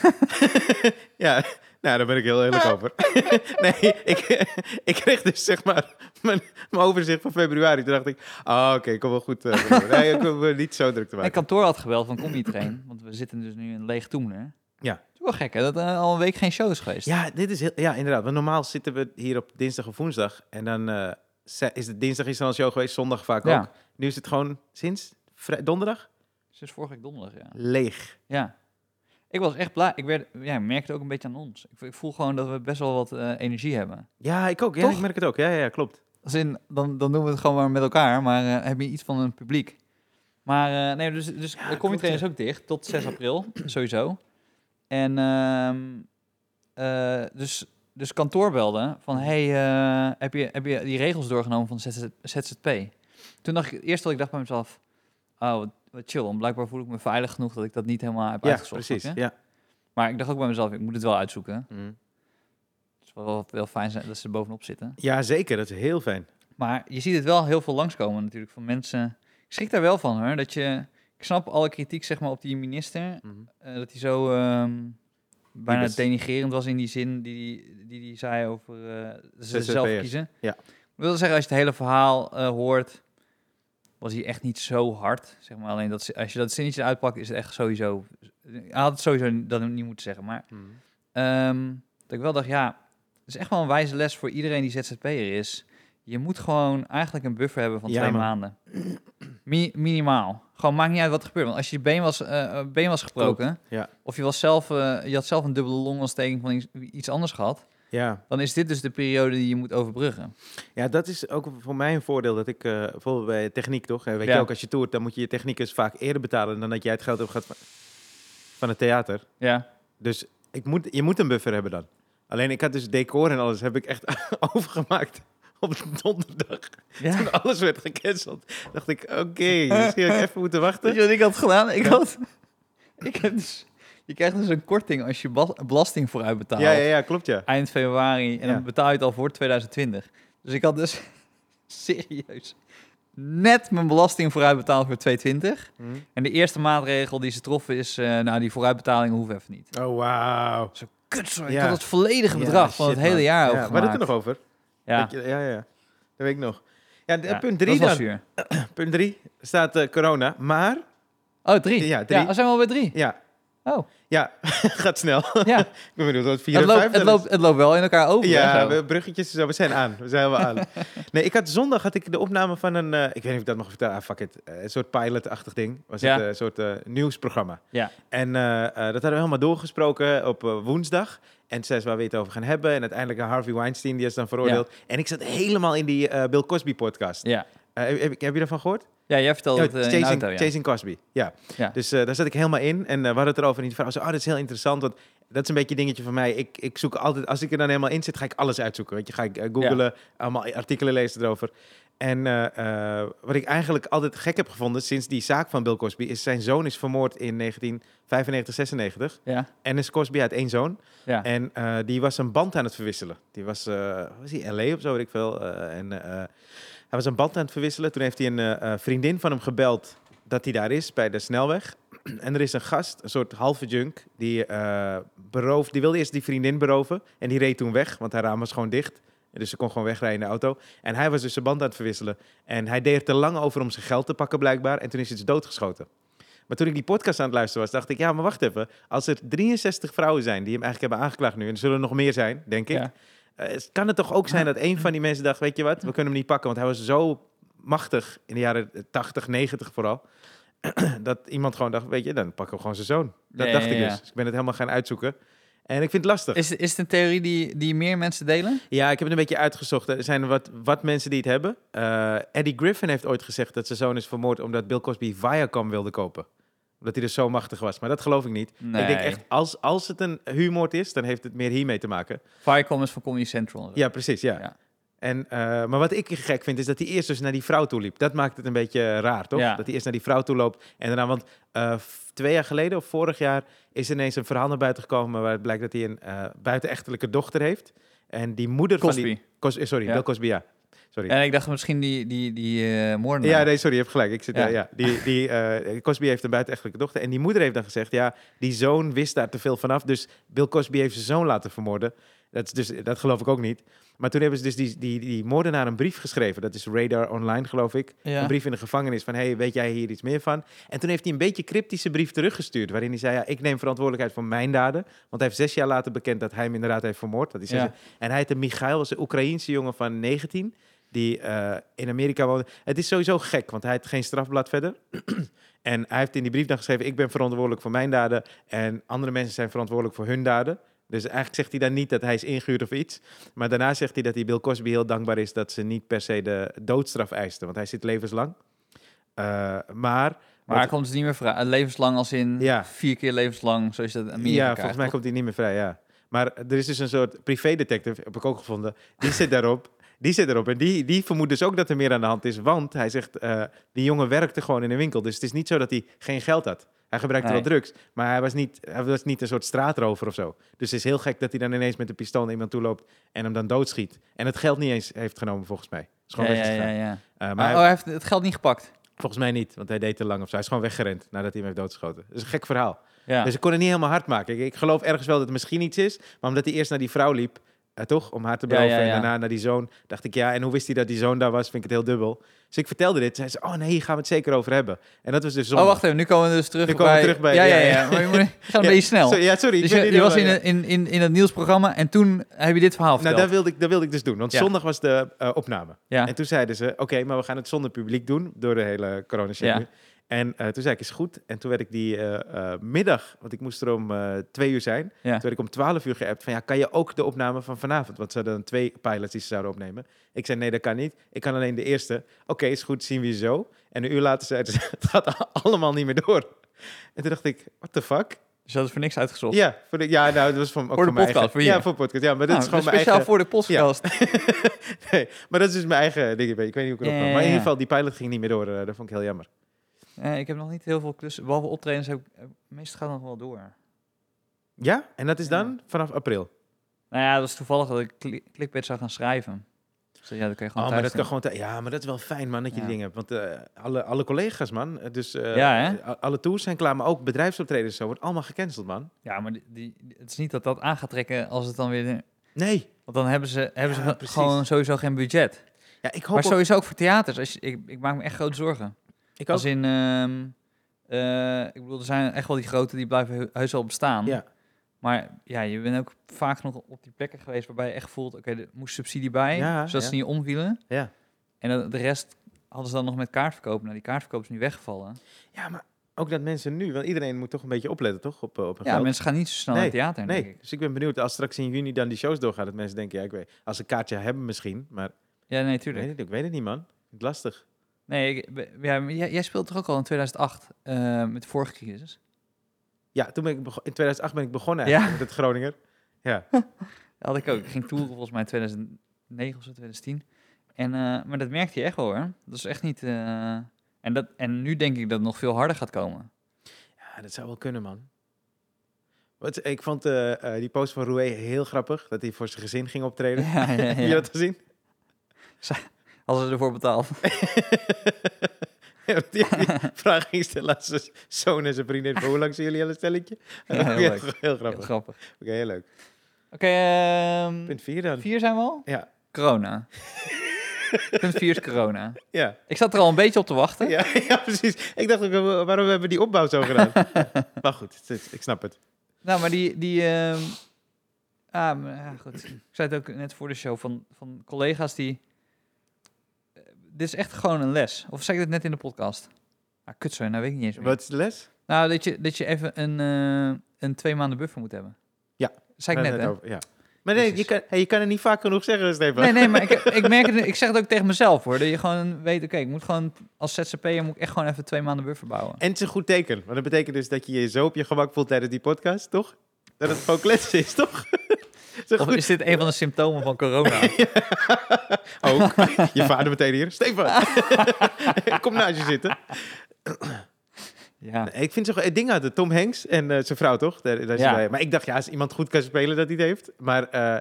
B: Ja, nou, daar ben ik heel eerlijk over. nee, ik, ik kreeg dus zeg maar mijn, mijn overzicht van februari. Toen dacht ik, ah, oké, kom wel goed. eh, door. nee, ik hoef me niet zo druk te
A: Mijn
B: maken.
A: kantoor had gebeld van kom niet train, want we zitten dus nu in een leeg toener.
B: Ja.
A: Het is wel gek, hè? Dat er al een week geen show is geweest.
B: Ja, dit is heel, ja, inderdaad. Want normaal zitten we hier op dinsdag of woensdag. En dan eh, ze- is het dinsdag is dan een show geweest, zondag vaak
A: Ja.
B: ook. Nu is het gewoon sinds vrij- donderdag
A: Sinds vorige week donderdag, ja.
B: leeg.
A: Ja. Ik was echt blij. Ik, werd, ja, ik merkte ook een beetje aan ons. Ik, vo- ik voel gewoon dat we best wel wat eh, energie hebben.
B: Ja, ik ook. Ja,
A: Toch?
B: ik merk het ook. Ja, ja, ja, klopt.
A: Als in, dan, dan doen we het gewoon maar met elkaar, maar eh, heb je iets van een publiek. Maar eh, nee, dus, dus de
B: klopt,
A: comedy train is ook dicht tot 6 april, sowieso. En ehm, eh, dus, dus kantoor belde van, hey, eh, heb, je, heb je die regels doorgenomen van ZZ ZZP? Toen dacht ik, eerst wat ik dacht bij mezelf, oh, wat- wat chill, want blijkbaar voel ik me veilig genoeg dat ik dat niet helemaal heb
B: Ja,
A: uitgezocht. snap
B: precies.
A: je?
B: Ja.
A: Maar ik dacht ook bij mezelf, ik moet het wel uitzoeken. Het is wel heel fijn zijn dat ze er bovenop zitten.
B: ja, zeker. Dat is heel fijn.
A: Maar je ziet het wel heel veel langskomen natuurlijk van mensen. Ik schrik daar wel van hoor, dat je... Ik snap alle kritiek zeg maar op die minister. eh, dat hij zo ehm, bijna
B: best-
A: denigerend was in die zin die die, die, die zei over eh dat ze
B: ZZP'ers.
A: zelf kiezen.
B: Ja.
A: Ik wil zeggen, als je het hele verhaal eh, hoort, was hij echt niet zo hard. Zeg maar alleen dat ze- als je dat zinnetje uitpakt, is het echt sowieso... Mm-hmm. Hij had het sowieso dat niet moeten zeggen, maar... Ehm, dat ik wel dacht, ja, is echt wel een wijze les voor iedereen die ZZP'er is. Je moet gewoon eigenlijk een buffer hebben van
B: Ja,
A: twee
B: man.
A: maanden. Mi- minimaal. Gewoon maakt niet uit wat er gebeurt. Want als je been was, eh, eh, been was gebroken,
B: ja.
A: of je, was zelf, eh, je had zelf een dubbele longontsteking van iets, iets anders gehad,
B: Ja.
A: dan is dit dus de periode die je moet overbruggen.
B: Ja, dat is ook voor mij een voordeel dat ik, eh, bijvoorbeeld bij techniek toch, Eh, weet
A: Ja.
B: je ook, als je toert, dan moet je je technicus vaak eerder betalen dan dat jij het geld hebt gehad van, van het theater.
A: Ja.
B: Dus ik moet, je moet een buffer hebben dan. Alleen ik had dus decor en alles heb ik echt overgemaakt op donderdag.
A: ja.
B: Toen alles werd gecanceld, dacht ik, oké, dus hier had ik even moeten wachten.
A: Weet je wat ik had gedaan? Ik
B: Ja.
A: had... Ik heb dus, je krijgt dus een korting als je bas- belasting vooruit betaalt.
B: Ja, ja, ja, klopt ja.
A: eind februari en
B: Ja.
A: dan betaal je het al voor 2020. Dus ik had dus serieus net mijn belasting vooruit betaald voor 2020.
B: Hm.
A: En de eerste maatregel die ze troffen is, eh, nou die vooruitbetaling hoeft even niet.
B: Oh, wauw.
A: Kut, sorry, ik
B: Ja.
A: had het volledige
B: Ja,
A: bedrag van
B: shit,
A: het hele
B: man.
A: jaar
B: Ja, we hadden het er
A: overgemaakt.
B: nog over.
A: Ja,
B: Dat je- ja, ja. Dat weet ik nog. Ja, de-
A: ja,
B: Eh, punt
A: dat
B: 3
A: was
B: dan.
A: zuur.
B: Punt 3 staat eh, corona, maar
A: Oh, drie.
B: Ja,
A: Ja,
B: drie.
A: drie. zijn we al bij drie.
B: ja,
A: Oh,
B: Ja, gaat snel.
A: ja.
B: Ik ben benieuwd wat 4
A: het,
B: en
A: loopt,
B: 5
A: het, loopt, het loopt wel in elkaar over. hè,
B: Ja,
A: zo.
B: we, bruggetjes en zo. We zijn aan. We zijn wel aan. Nee, ik had zondag had ik de opname van een... eh, ik weet niet of ik dat mag vertellen. Ah, fuck it. Eh, een soort pilot-achtig ding. Was
A: Ja.
B: het eh, een soort eh, nieuwsprogramma.
A: ja.
B: En eh, eh, dat hadden we helemaal doorgesproken op eh, woensdag. En zei ze waar we het over gaan hebben. En uiteindelijk eh, Harvey Weinstein, die is dan veroordeeld. En ik zat helemaal in die eh, Bill Cosby-podcast.
A: ja.
B: heb, heb- heb je ervan gehoord?
A: Ja, jij vertelde het eh, in de
B: Chasing,
A: auto, ja.
B: Chasing Cosby, ja.
A: Ja.
B: Dus eh, daar zat ik helemaal in. En eh, we hadden het erover. En die vrouw zei, oh, dat is heel interessant. Want dat is een beetje een dingetje van mij. Ik, ik zoek altijd, als ik er dan helemaal in zit, ga ik alles uitzoeken. Weet je, ga ik eh, googlen, allemaal artikelen lezen erover. En eh, eh, wat ik eigenlijk altijd gek heb gevonden sinds die zaak van Bill Cosby... is zijn zoon is vermoord in 1995, 96.
A: Ja,
B: Ennis Cosby had één zoon.
A: ja.
B: En eh, die was een band aan het verwisselen. Die was, eh was hij LA of zo, weet ik veel. Eh, en eh, eh, hij was een band aan het verwisselen. Toen heeft hij een eh, eh, vriendin van hem gebeld dat hij daar is, bij de snelweg. En er is een gast, een soort halve junk, die eh berooft. Die wilde eerst die vriendin beroven. En die reed toen weg, want haar raam was gewoon dicht. Dus ze kon gewoon wegrijden in de auto. En hij was dus zijn band aan het verwisselen. En hij deed er te lang over om zijn geld te pakken, blijkbaar. En toen is hij dus doodgeschoten. Maar toen ik die podcast aan het luisteren was, dacht ik... ja, maar wacht even. Als er 63 vrouwen zijn die hem eigenlijk hebben aangeklaagd nu... en er zullen er nog meer zijn, denk ik...
A: Ja.
B: eh, het kan het toch ook zijn dat een van die mensen dacht... weet je wat, we kunnen hem niet pakken. Want hij was zo machtig in de jaren 80, 90 vooral... dat iemand gewoon dacht, weet je, dan pakken we gewoon zijn zoon. Dat
A: Ja,
B: dacht
A: ja,
B: ik
A: ja.
B: dus. Dus ik ben het helemaal gaan uitzoeken. En ik vind het lastig.
A: Is, is het een theorie die, die meer mensen delen?
B: Ja, ik heb het een beetje uitgezocht. Er zijn wat, wat mensen die het hebben. Eh, Eddie Griffin heeft ooit gezegd dat zijn zoon is vermoord omdat Bill Cosby Viacom wilde kopen. Omdat hij dus zo machtig was. Maar dat geloof ik niet.
A: Nee.
B: Ik denk echt, als, als het een huurmoord is, dan heeft het meer hiermee te maken.
A: Firecom is van Comedy Central.
B: Ja, precies, ja.
A: Ja.
B: En, eh, maar wat ik gek vind, is dat hij eerst dus naar die vrouw toe liep. Dat maakt het een beetje raar, toch?
A: Ja.
B: Dat hij eerst naar die vrouw toe loopt. En daarna, want eh, f- twee jaar geleden of vorig jaar is ineens een verhaal naar buiten gekomen... waaruit blijkt dat hij een eh, buitenechtelijke dochter heeft. En die moeder van die...
A: Cosby.
B: Cos- eh, sorry,
A: Ja.
B: Bill Cosby, ja. Sorry.
A: En ik dacht misschien die, die, die eh, moordenaar.
B: ja, nee, sorry, je hebt gelijk. Ik zit,
A: Ja.
B: ja. ja. Die, die, eh, Cosby heeft een buitenechtelijke dochter. En die moeder heeft dan gezegd, ja, die zoon wist daar te veel vanaf. Dus Bill Cosby heeft zijn zoon laten vermoorden. Dat, is dus, dat geloof ik ook niet. Maar toen hebben ze dus die, die, die moordenaar een brief geschreven. Dat is Radar Online, geloof ik.
A: Ja.
B: Een brief in de gevangenis van, hey, weet jij hier iets meer van? En toen heeft hij een beetje cryptische brief teruggestuurd. Waarin hij zei, ja, ik neem verantwoordelijkheid voor mijn daden. Want hij heeft zes jaar later bekend dat hij hem inderdaad heeft vermoord. Dat hij zes
A: Ja.
B: jaar- En hij heette Michail, was een Oekraïense jongen van 19 die eh, in Amerika woonde. Het is sowieso gek, want hij heeft geen strafblad verder. en hij heeft in die brief dan geschreven... ik ben verantwoordelijk voor mijn daden... en andere mensen zijn verantwoordelijk voor hun daden. Dus eigenlijk zegt hij dan niet dat hij is ingehuurd of iets. Maar daarna zegt hij dat hij Bill Cosby heel dankbaar is... dat ze niet per se de doodstraf eisten, want hij zit levenslang. Eh, maar...
A: Maar hij komt dus niet meer vrij. Levenslang als in
B: Ja.
A: vier keer levenslang, zoals je dat in Amerika
B: Ja, volgens mij
A: krijgt,
B: komt hij niet meer vrij, ja. Maar er is dus een soort privédetective, heb ik ook gevonden. Die zit daarop. Die zit erop. En die, die vermoedt dus ook dat er meer aan de hand is. Want hij zegt, eh, die jongen werkte gewoon in een winkel. Dus het is niet zo dat hij geen geld had. Hij gebruikte
A: Nee.
B: wel drugs, maar hij was, niet, hij was niet een soort straatrover of zo. Dus het is heel gek dat hij dan ineens met een pistool naar iemand toe loopt en hem dan doodschiet. En het geld niet eens heeft genomen, volgens mij. Is
A: toch?
B: gewoon
A: ja, ja,
B: weggegaan.
A: ja, ja.
B: Eh, maar
A: Maar
B: hij-
A: oh, hij heeft het geld niet gepakt.
B: volgens mij niet, want hij deed te lang of zo. Hij is gewoon weggerend nadat hij hem heeft doodgeschoten. Dat is een gek verhaal.
A: Ja.
B: Dus ik kon het niet helemaal hard maken. Ik, ik geloof ergens wel dat het misschien iets is. Maar omdat hij eerst naar die vrouw liep, eh, toch? Om haar te
A: Ja,
B: beloven.
A: ja, ja.
B: En daarna naar die zoon. Dacht ik, ja, en hoe wist hij dat die zoon daar was? Vind ik het heel dubbel. Dus ik vertelde dit. Zei ze, oh nee, hier gaan we het zeker over hebben. En dat was dus zondag.
A: Oh, wacht even. Nu komen we dus terug,
B: Nu
A: bij...
B: komen we terug bij-
A: Ja, ja,
B: ja,
A: ja.
B: ja.
A: Maar je moet... Ga een
B: Ja,
A: beetje snel.
B: Sorry, ja, sorry.
A: dus je,
B: ik ben
A: je
B: hier
A: was
B: wel-
A: in, een- in, in, in het nieuwsprogramma en toen heb je dit verhaal
B: Nou,
A: verteld.
B: dat wilde, ik, dat wilde ik dus doen. Want
A: Ja.
B: zondag was de eh, opname.
A: Ja.
B: En toen zeiden ze, oké, maar we gaan het zonder publiek doen. Door de hele corona
A: Ja.
B: En eh, toen zei ik, is goed. En toen werd ik die eh, eh, middag, want ik moest er om eh, twee uur zijn.
A: Ja.
B: Toen werd ik om twaalf uur geappt van, ja, kan je ook de opname van vanavond? Want ze hadden dan twee pilots die ze zouden opnemen. Ik zei, nee, dat kan niet. Ik kan alleen de eerste. Oké, is goed, zien we je zo. En een uur later zeiden ze, het gaat allemaal niet meer door. En toen dacht ik, what the fuck?
A: Dus dat is voor niks uitgezocht.
B: Ja, voor de, ja nou, dat was voor, ook
A: de
B: voor mijn
A: podcast,
B: eigen-
A: voor je.
B: ja, voor podcast. Ja, maar dat
A: Nou,
B: is gewoon mijn
A: speciaal
B: eigen...
A: voor de podcast.
B: Nee, maar dat is dus mijn eigen ding. Ik weet ik weet niet hoe ik
A: Ja,
B: erop
A: ja,
B: kwam. Maar in
A: ja.
B: ieder geval, die pilot ging niet meer door. eh, dat vond ik heel jammer.
A: Eh, ik heb nog niet heel veel klussen. Behalve optredens heb ik... eh, Meestal gaat het nog wel door.
B: Ja, en dat is
A: Ja.
B: dan vanaf april.
A: Nou ja, dat is toevallig dat ik cli- clickbait zou gaan schrijven. Dus ja, dat kun je
B: Oh,
A: gewoon
B: maar
A: thuis
B: dat kan
A: doen.
B: gewoon. te- Ja, maar dat is wel fijn, man, dat je
A: Ja.
B: die dingen hebt. Want eh, alle, alle collega's, man. eh, Dus eh,
A: Ja, hè?
B: a- alle tours zijn klaar, maar ook bedrijfsoptredens en zo wordt allemaal gecanceld, man.
A: Ja, maar die, die- het is niet dat dat aan gaat trekken als het dan weer...
B: Nee.
A: Want dan hebben ze, hebben
B: Ja,
A: ze ge-
B: precies.
A: gewoon sowieso geen budget.
B: Ja, ik hoop.
A: Maar
B: ook-
A: sowieso ook voor theaters. Als je, ik, ik maak me echt grote zorgen.
B: ik ook.
A: Als in... ehm, eh, ik bedoel, er zijn echt wel die grote die blijven heu- heus wel bestaan.
B: Ja.
A: Maar ja, je bent ook vaak nog op die plekken geweest waarbij je echt voelt... Oké, er moest subsidie bij,
B: Ja,
A: zodat
B: ja.
A: ze niet omvielen.
B: Ja.
A: En dan- de rest hadden ze dan nog met kaartverkoop. Nou, die kaartverkoop is nu weggevallen.
B: ja, maar ook dat mensen nu. Want iedereen moet toch een beetje opletten, toch? Op, eh, op hun
A: Ja,
B: geld.
A: mensen gaan niet zo snel naar het theater, denk
B: Nee,
A: ik.
B: dus ik ben benieuwd als straks in juni dan die shows doorgaan. Dat mensen denken, ja, ik weet. Als ze een kaartje hebben, misschien. Maar
A: Ja, nee,
B: ik weet
A: tuurlijk.
B: het, ik weet het niet, man. Ik vind het lastig.
A: Nee, ik, be- ja, maar jij, jij speelde toch ook al in 2008 eh, met de vorige crisis?
B: Ja, toen ben ik bego- in 2008 ben ik begonnen
A: Ja.
B: eigenlijk met het Groninger. Ja,
A: Dat had ik ook. Ik ging toeren volgens mij in 2009 of zo, 2010. En, eh, maar dat merkte je echt wel, hoor. Dat is echt niet... eh, en, dat, en nu denk ik dat het nog veel harder gaat komen.
B: ja dat zou wel kunnen, man. Wat, ik vond eh, eh, die post van Roué heel grappig, dat hij voor zijn gezin ging optreden.
A: Ja, ja,
B: Heb je
A: ja.
B: dat gezien?
A: Als ze ervoor betaald.
B: Ja, dat die, die vraag ging stellen aan zijn zoon en zijn vriendin, van hoe lang zijn jullie al een stelletje?
A: Ja,
B: heel,
A: heel
B: heel,
A: leuk. Heel
B: grappig. Oké,
A: grappig.
B: heel leuk.
A: Oké, ehm,
B: Punt 4 dan.
A: vier zijn we al?
B: Ja,
A: Corona. Punt vier is corona.
B: ja.
A: Ik zat er al een beetje op te wachten.
B: Ja, ja, precies. Ik dacht ook, eh, waarom hebben we die opbouw zo gedaan? Ja, maar goed, het is- ik snap het.
A: Nou, maar die... die ehm, ah, maar, ja, goed. Ik zei het ook net voor de show van, van collega's die... eh, dit is echt gewoon een les. Of zei ik dat net in de podcast? Ah, kut zo, nou weet ik niet eens meer.
B: Wat is de les?
A: Nou, dat je, dat je even een, eh, een twee maanden buffer moet hebben.
B: Ja.
A: Zei ik net,
B: Daar hadden
A: hè?
B: we het over, Ja. Maar nee, je
A: Precies.
B: kan, hey, je kan het niet vaak genoeg zeggen, Stefan.
A: Nee, nee, maar ik, ik merk het, nu- ik zeg het ook tegen mezelf, hoor. Dat je gewoon weet, oké, ik moet gewoon als ZZP'er moet ik echt gewoon even twee maanden buffer bouwen.
B: En het is een goed teken. Want dat betekent dus dat je je zo op je gemak voelt tijdens die podcast, toch? Dat het gewoon kletsen is, toch? Het is een
A: Of
B: goed
A: is dit een van de symptomen van corona?
B: ook. Je vader meteen hier. Stefan, kom naast je zitten.
A: Ja.
B: Ik vind zo'n eh, ding uit de Tom Hanks en eh, zijn vrouw, toch? Daar, daar is
A: Ja.
B: hij bij. Maar ik dacht, ja, als iemand goed kan spelen, dat hij het heeft. Maar eh,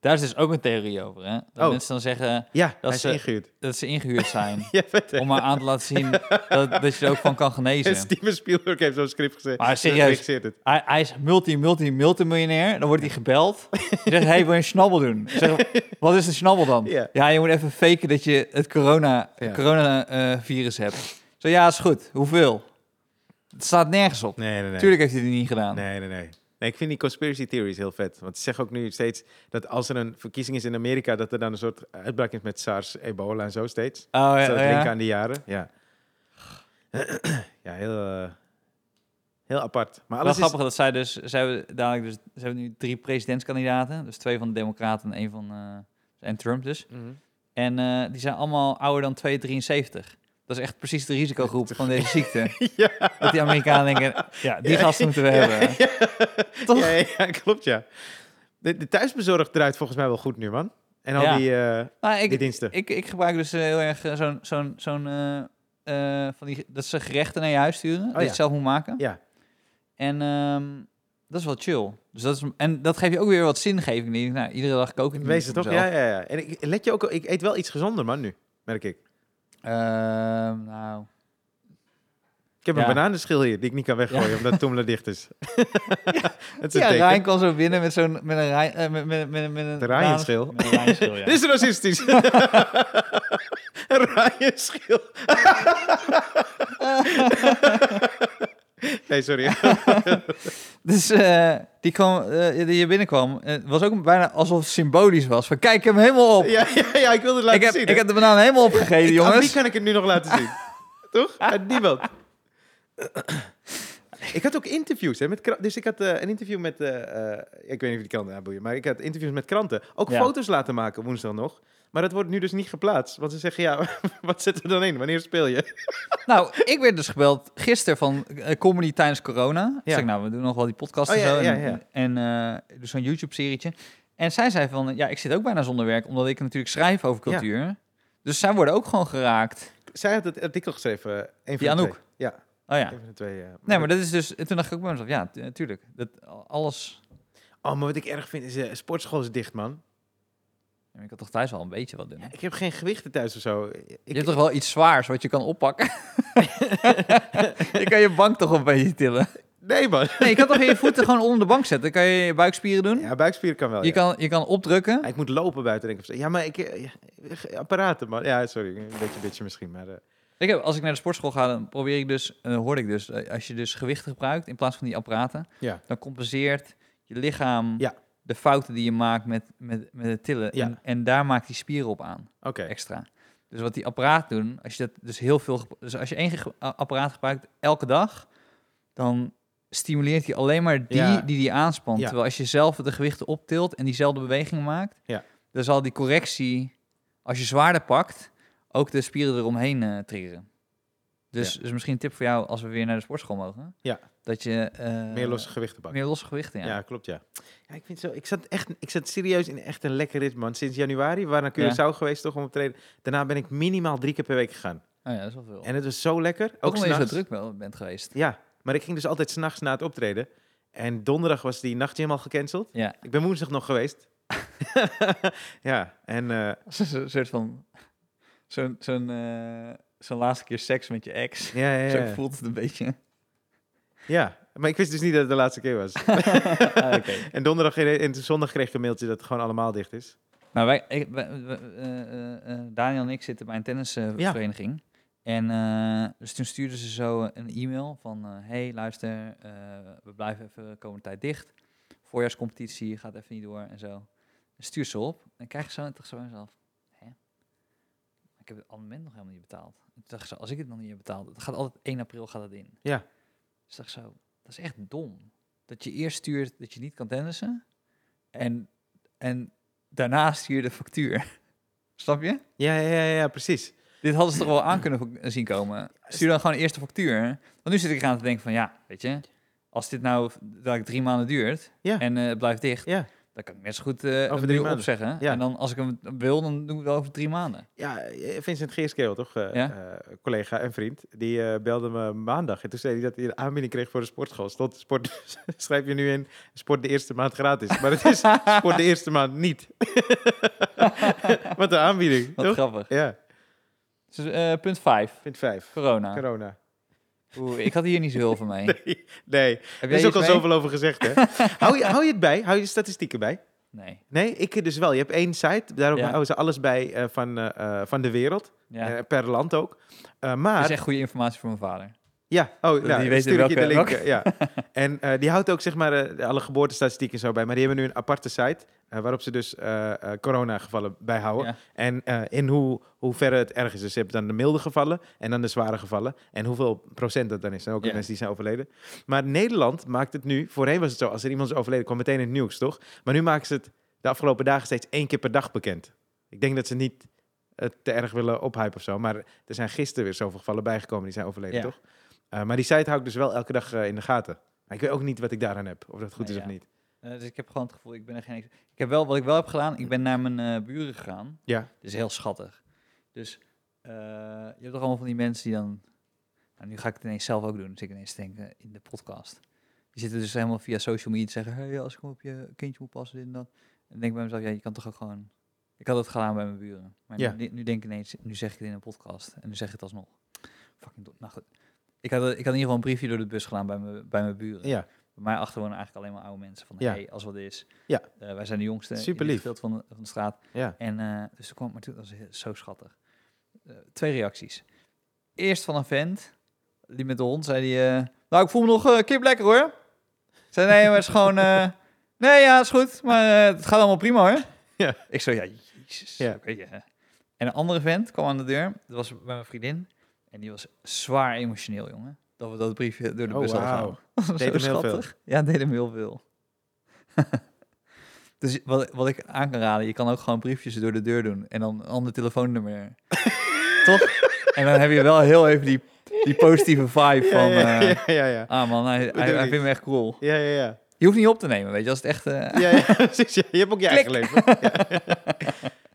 A: Daar is dus ook een theorie over, hè? Dat
B: Oh.
A: mensen dan zeggen
B: ja, dat
A: Dat
B: hij is
A: ze-
B: ingehuurd.
A: dat ze ingehuurd zijn.
B: Ja, vet hè?
A: om maar aan te laten zien dat, dat je er ook van kan
B: En
A: genezen.
B: Steven Spielberg heeft zo'n script gezet.
A: Maar serieus.
B: Geregisseerd het.
A: Hij, hij is multi, multi, multimiljonair. Dan wordt hij gebeld. Hij zegt, hey, wil je een snabbel doen? Ik Zeg, wat is een snabbel dan?
B: Ja.
A: Ja, je moet even faken dat je het corona,
B: Ja.
A: corona eh, virus hebt. Zo, ja, is goed. Hoeveel? Het staat nergens op.
B: Nee, nee, nee.
A: Tuurlijk heeft hij het niet gedaan.
B: Nee, nee, nee. Nee, ik vind die conspiracy theories heel vet. Want ze zeggen ook nu steeds dat als er een verkiezing is in Amerika, dat er dan een soort uitbraak is met SARS, ebola en zo steeds.
A: Oh, ja,
B: Is dat
A: oh, ja.
B: link aan die jaren? Ja. ja, heel, eh, heel apart. Maar
A: Wel
B: alles is...
A: grappig dat zij dus, ze hebben dadelijk dus, ze hebben nu drie presidentskandidaten. Dus twee van de Democraten en één van, eh, en Trump dus.
B: Mhm.
A: En eh, die zijn allemaal ouder dan 273. Dat is echt precies de risicogroep van deze ziekte.
B: Ja.
A: Dat die Amerikanen denken, ja, die gasten moeten we hebben. Toch?
B: Ja, ja, klopt, ja. De, de thuisbezorgd draait volgens mij wel goed nu, man. En al
A: Ja.
B: die, eh,
A: Maar
B: die
A: Nou, ik,
B: diensten.
A: ik, ik gebruik dus eh, heel erg eh, zo'n, zo'n, zo'n, eh, eh, van die, dat ze gerechten naar je huis sturen. dat je
B: Oh ja.
A: het zelf moet maken.
B: Ja.
A: En ehm, dat is wel chill. Dus dat is, en dat geeft je ook weer wat zingeving. Die, nou, iedere dag kook ik niet
B: Wees het
A: voor
B: toch? Ja,
A: mezelf.
B: ja, ja. En ik, let je ook, ik eet wel iets gezonder, man, nu. Merk ik.
A: Ehm, nou,
B: Ik heb een
C: Ja.
B: bananenschil hier die ik niet kan weggooien omdat Toemler dicht is. Het is
A: Ja,
B: een teken.
A: Rijn kwam zo binnen met zo'n met een Rijn, eh, met, met, met, met een
B: De Ryan-schil.
C: Met een lijnschil, ja.
B: Dit is racistisch. een Ryan-schil. nee, sorry.
A: Dus eh, die kwam, eh, die hier binnenkwam, eh, was ook bijna alsof het symbolisch was. Van kijk ik heb hem helemaal op.
B: ja, ja, ja, ik wilde het laten
A: ik, heb,
B: zien.
A: ik heb de banaan helemaal opgegeten,
B: Ik- Aan wie
A: jongens.
B: kan ik het nu nog laten zien? Toch? Aan niemand. ik had ook interviews. Hè, met kra- dus ik had eh, een interview met... eh, eh, ik weet niet of die kranten aanboeien, maar ik had interviews met kranten. Ook
C: Ja.
B: foto's laten maken woensdag nog. Maar dat wordt nu dus niet geplaatst. Want ze zeggen, ja, wat zit er dan in? Wanneer speel je?
A: Nou, ik werd dus gebeld gisteren van eh, comedy tijdens corona. Ik
B: Ja.
A: Zeg, nou, we doen nog wel die podcast
B: Oh,
A: en
B: ja,
A: zo.
B: ja,
A: en-
B: ja.
A: En eh, dus zo'n YouTube-serietje. En zij zei van, ja, ik zit ook bijna zonder werk, omdat ik natuurlijk schrijf over
B: Ja.
A: cultuur. Dus zij worden ook gewoon geraakt.
B: Zij had het artikel geschreven. eh, Een van
A: Die
B: de
A: Anouk?
B: twee. Ja,
A: Oh ja.
B: een van de twee. eh,
A: Nee, maar dat is dus... En toen dacht ik ook bij mezelf, ja, tu- tuurlijk. Dat alles...
B: Oh, maar wat ik erg vind is, eh sportschool is dicht, man.
A: Ja, maar Ik had toch thuis wel een beetje wat doen.
B: Ik heb geen gewichten thuis of zo. Ik,
A: Je hebt toch wel iets zwaars wat je kan oppakken? je kan je bank toch een beetje tillen?
B: Nee, man.
A: Nee, je kan toch je voeten gewoon onder de bank zetten? Dan kan je je buikspieren doen.
B: Ja, buikspieren kan wel.
A: je,
B: ja.
A: kan, je kan opdrukken.
B: Ja, ik moet lopen buiten, denk ik. of zo. Ja, maar ik... eh, ja, apparaten, man. Ja, sorry. Een beetje bitje misschien, maar... eh,
A: Ik heb, als ik naar de sportschool ga, dan probeer ik dus, eh, hoorde ik dus, eh, als je dus gewichten gebruikt in plaats van die apparaten,
B: Ja.
A: dan compenseert je lichaam
B: Ja.
A: de fouten die je maakt met, met, met het tillen.
B: Ja.
A: En, en daar maakt die spier op aan,
B: Oké.
A: extra. Dus wat die apparaat doen, als je dat dus heel veel, ge- dus als je één ge- a- apparaat gebruikt elke dag, dan stimuleert hij alleen maar die
B: Ja.
A: die die aanspant.
B: Ja.
A: Terwijl als je zelf de gewichten optilt en diezelfde beweging maakt,
B: Ja.
A: dan zal die correctie, als je zwaarder pakt, ook de spieren eromheen eh triggeren. Dus, dus misschien een tip voor jou als we weer naar de sportschool mogen.
B: Ja.
A: Dat je eh,
B: Meer losse gewichten pakken.
A: meer losse gewichten. Ja.
B: Ja, klopt, ja. ja ik, vind zo, ik, zat echt, ik zat serieus in echt een lekker ritme, man. Sinds januari, we waren naar Curaçao geweest toch om op te treden. Daarna ben ik minimaal drie keer per week gegaan.
A: Oh ja, dat is wel veel.
B: En het was zo lekker. Ook,
A: ook omdat je zo
B: s'nachts.
A: druk wel bent geweest.
B: Ja, maar ik ging dus altijd s'nachts na het optreden. En donderdag was die nachtje helemaal gecanceld.
A: Ja.
B: Ik ben woensdag nog geweest. ja, en... eh,
A: Dat is een soort van zo'n zo'n eh, zo'n laatste keer seks met je ex.
B: ja, ja, ja.
A: Zo voelt het een beetje.
B: Ja, maar ik wist dus niet dat het de laatste keer was. Ah, En donderdag en, en zondag kreeg ik een mailtje dat het gewoon allemaal dicht is.
A: Nou, wij, ik, wij- wij- eh, eh, eh, Daniel en ik zitten bij een
B: Ja.
A: tennisvereniging. En eh, dus toen stuurden ze zo een e-mail van... eh, hey, luister, eh, we blijven even de komende tijd dicht. Voorjaarscompetitie gaat even niet door en zo. Dan stuur ze op en krijg ze zo en dacht ze bij mezelf... Hè? Ik heb het abonnement nog helemaal niet betaald. En Toen dacht ze, als ik het nog niet heb betaald... Het gaat altijd 1 april gaat het in.
B: Ja.
A: Dus dacht ik zo, dat is echt dom. Dat je eerst stuurt dat je niet kan tennissen... En, en daarna stuur je de factuur. Snap je?
B: Ja, ja, ja, ja, precies.
A: Dit hadden ze toch wel aan kunnen vo- zien komen. Stuur dan gewoon eerst de factuur. Want nu zit ik aan te denken van ja, weet je, als dit nou v- dadelijk drie maanden duurt
B: Ja.
A: en eh, het blijft dicht,
B: Ja.
A: dan kan ik net zo goed eh over
B: drie
A: drie
B: maanden.
A: opzeggen.
B: Ja.
A: En dan als ik hem wil, dan doen we het over drie maanden.
B: Ja, eh, Vincent Geerskeel, toch? eh,
A: Ja.
B: eh, collega en vriend. Die eh, belde me maandag. En toen zei hij dat hij een aanbieding kreeg voor de sportschool. Stond sport, schrijf je nu in, sport de eerste maand gratis. Maar het is sport de eerste maand niet. Wat een aanbieding,
A: Wat
B: toch?
A: grappig.
B: Ja,
A: Dus, eh, punt vijf,
B: punt vijf.
A: corona.
B: Corona.
A: Oeh, ik had hier niet zoveel van mee.
B: Nee,
A: Heb
B: er is ook
A: iets
B: al
A: mee?
B: zoveel over gezegd, hè? hou, je, hou je het bij? Hou je de statistieken bij?
A: Nee.
B: Nee, ik dus wel. Je hebt één site, daarop
A: Ja.
B: houden ze alles bij eh, van, eh, eh, van de wereld.
A: Ja.
B: Eh, per land ook. Eh,
A: Dat
B: maar,
A: is echt goede informatie voor mijn vader.
B: ja, oh,
A: Die
B: nou,
A: weten
B: stuur ik je de link.
A: welke-
B: eh, ja. En eh, die houdt ook zeg maar eh, alle geboortestatistieken zo bij. Maar die hebben nu een aparte site eh, waarop ze dus eh, eh, coronagevallen bijhouden.
A: Ja.
B: En eh, in hoe, hoe ver het erg is. Dus je hebt dan de milde gevallen en dan de zware gevallen. En hoeveel procent dat dan is. En ook de
A: Ja.
B: mensen die zijn overleden. Maar Nederland maakt het nu... Voorheen was het zo, als er iemand is overleden, kwam meteen in het nieuws, toch? Maar nu maken ze het de afgelopen dagen steeds één keer per dag bekend. Ik denk dat ze niet het te erg willen ophypen of zo. Maar er zijn gisteren weer zoveel gevallen bijgekomen die zijn overleden,
A: Ja.
B: toch? Eh, maar die site hou ik dus wel elke dag eh, in de gaten. Maar ik weet ook niet wat ik daaraan heb. Of dat goed
A: Nee,
B: is
A: ja.
B: of niet.
A: Eh, dus ik heb gewoon het gevoel, ik ben er geen... ex- Ik heb wel, wat ik wel heb gedaan, ik ben naar mijn eh, buren gegaan.
B: Ja.
A: Dat is heel schattig. Dus eh, je hebt toch allemaal van die mensen die dan... Nou, nu ga ik het ineens zelf ook doen, dus ik ineens denk eh, in de podcast. Die zitten dus helemaal via social media te zeggen... Hey, als ik gewoon op je kindje moet passen, dit en dat. En dan denk ik bij mezelf, ja, je kan toch ook gewoon... Ik had het gedaan bij mijn buren. Maar
B: Ja.
A: nu, nu denk ik ineens, nu zeg ik het in een podcast. En nu zeg ik het alsnog. Fucking dom. Nou goed. Ik had, ik had in ieder geval een briefje door de bus gedaan bij mijn, bij mijn buren.
B: Ja,
A: Bij mij achter wonen eigenlijk alleen maar oude mensen. Van,
B: Ja.
A: hey, als wat is.
B: Ja.
A: Eh, wij zijn de jongste.
B: Super
A: jullie
B: lief.
A: speelt van de, van de straat.
B: ja.
A: En eh, dus toen kwam maar toen, dat was heel- zo schattig. Eh, twee reacties. Eerst van een vent, die met de hond, zei die, eh, nou ik voel me nog eh kip lekker hoor. Ik zei nee, maar het is gewoon, eh, nee ja, is goed, maar eh, het gaat allemaal prima hoor.
B: Ja.
A: Ik zo, ja, jezus.
B: Ja.
A: oké, ja. En een andere vent kwam aan de deur, dat was bij mijn vriendin, en die was zwaar emotioneel jongen. Dat we dat briefje door de
B: Oh,
A: bus hadden
B: wauw.
A: gehouden. Dat was
B: Deed
A: zo
B: hem heel veel.
A: schattig. Ja, deed hem heel veel. dus wat, wat ik aan kan raden, je kan ook gewoon briefjes door de deur doen en dan een ander telefoonnummer. Toch? En dan heb je wel heel even die, die positieve vibe
B: Ja,
A: van...
B: ja,
A: eh,
B: ja, ja, ja.
A: Ah man, hij, hij,
B: Bedoel
A: hij
B: ik.
A: vindt me echt cool.
B: Ja, ja, ja.
A: Je hoeft niet op te nemen, weet je. Als het echt... eh,
B: Ja, ja, precies. ja. Je hebt ook je eigen leven. Ja.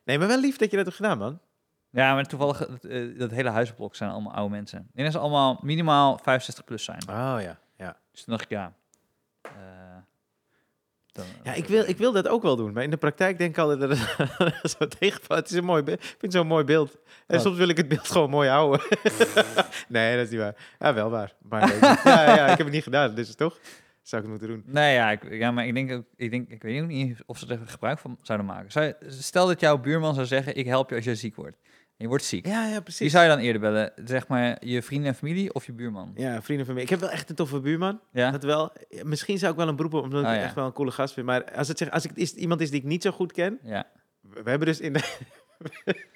B: Nee, maar wel lief dat je dat hebt gedaan, man.
A: Ja, maar toevallig, eh, dat, hele huisblok zijn allemaal oude mensen. En dat ze allemaal minimaal 65 plus zijn.
B: Oh ja, ja.
A: Dus toen dacht ik, ja... eh, dan- eh,
B: Ja, ik wil, ik wil dat ook wel doen. Maar in de praktijk denk ik altijd dat het zo tegenvalt. Het is een mooi beeld. Ik vind het zo'n mooi beeld. En
A: Wat?
B: soms wil ik het beeld gewoon mooi houden. nee, dat is niet waar. Ja, wel waar. Maar nee, ja, ja, ik heb het niet gedaan. Dus toch zou ik het moeten doen.
A: Nee, ja, ik, ja maar ik denk, ook, ik denk... Ik weet ook niet of ze er gebruik van zouden maken. Zou je- stel dat jouw buurman zou zeggen, ik help je als je ziek wordt. En je wordt ziek.
B: Ja, ja,
A: Wie
B: precies.
A: zou je dan eerder bellen? Zeg maar je vrienden en familie of je buurman?
B: Ja, vrienden van mij. Ik heb wel echt een toffe buurman.
A: Ja?
B: Dat wel. Misschien zou ik wel een beroep op, omdat ik
A: Oh, ja.
B: echt wel een coole gast vind. Maar als het, zeg, als het is, iemand is die ik niet zo goed ken,
A: Ja.
B: We we hebben dus in de...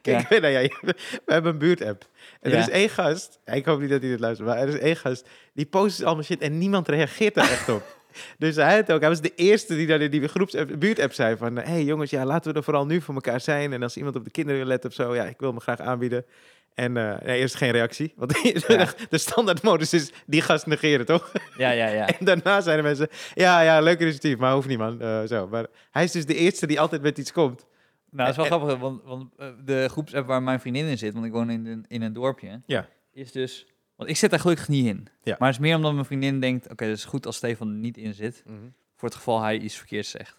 B: Kijk, nou ja, je- we hebben een buurt-app. En er
A: Ja.
B: is één gast, ja, ik hoop niet dat hij dit luistert, maar er is één gast, die post dus allemaal shit en niemand reageert daar echt op. Dus hij had ook, hij was de eerste die dan in die groepsapp, buurt-app zei van, hé hey jongens, ja, laten we er vooral nu voor elkaar zijn. En als iemand op de kinderen wil letten of zo, ja, ik wil me graag aanbieden. En eh, ja, eerst geen reactie, want
A: Ja.
B: de standaardmodus is die gast negeren, toch?
A: Ja, ja, ja.
B: En daarna zijn de mensen, ja, ja, leuk initiatief, maar hoeft niet man. Eh, zo. Maar hij is dus de eerste die altijd met iets komt.
A: Nou, dat is wel
B: Eh,
A: grappig, want, want eh, de groepsapp waar mijn vriendin in zit, want ik woon in een, in een dorpje,
B: Ja.
A: is dus... Want ik zit daar gelukkig niet in.
B: Ja.
A: Maar het is meer omdat mijn vriendin denkt, oké, dat is goed als Stefan er niet in zit, voor het geval hij iets verkeerds zegt.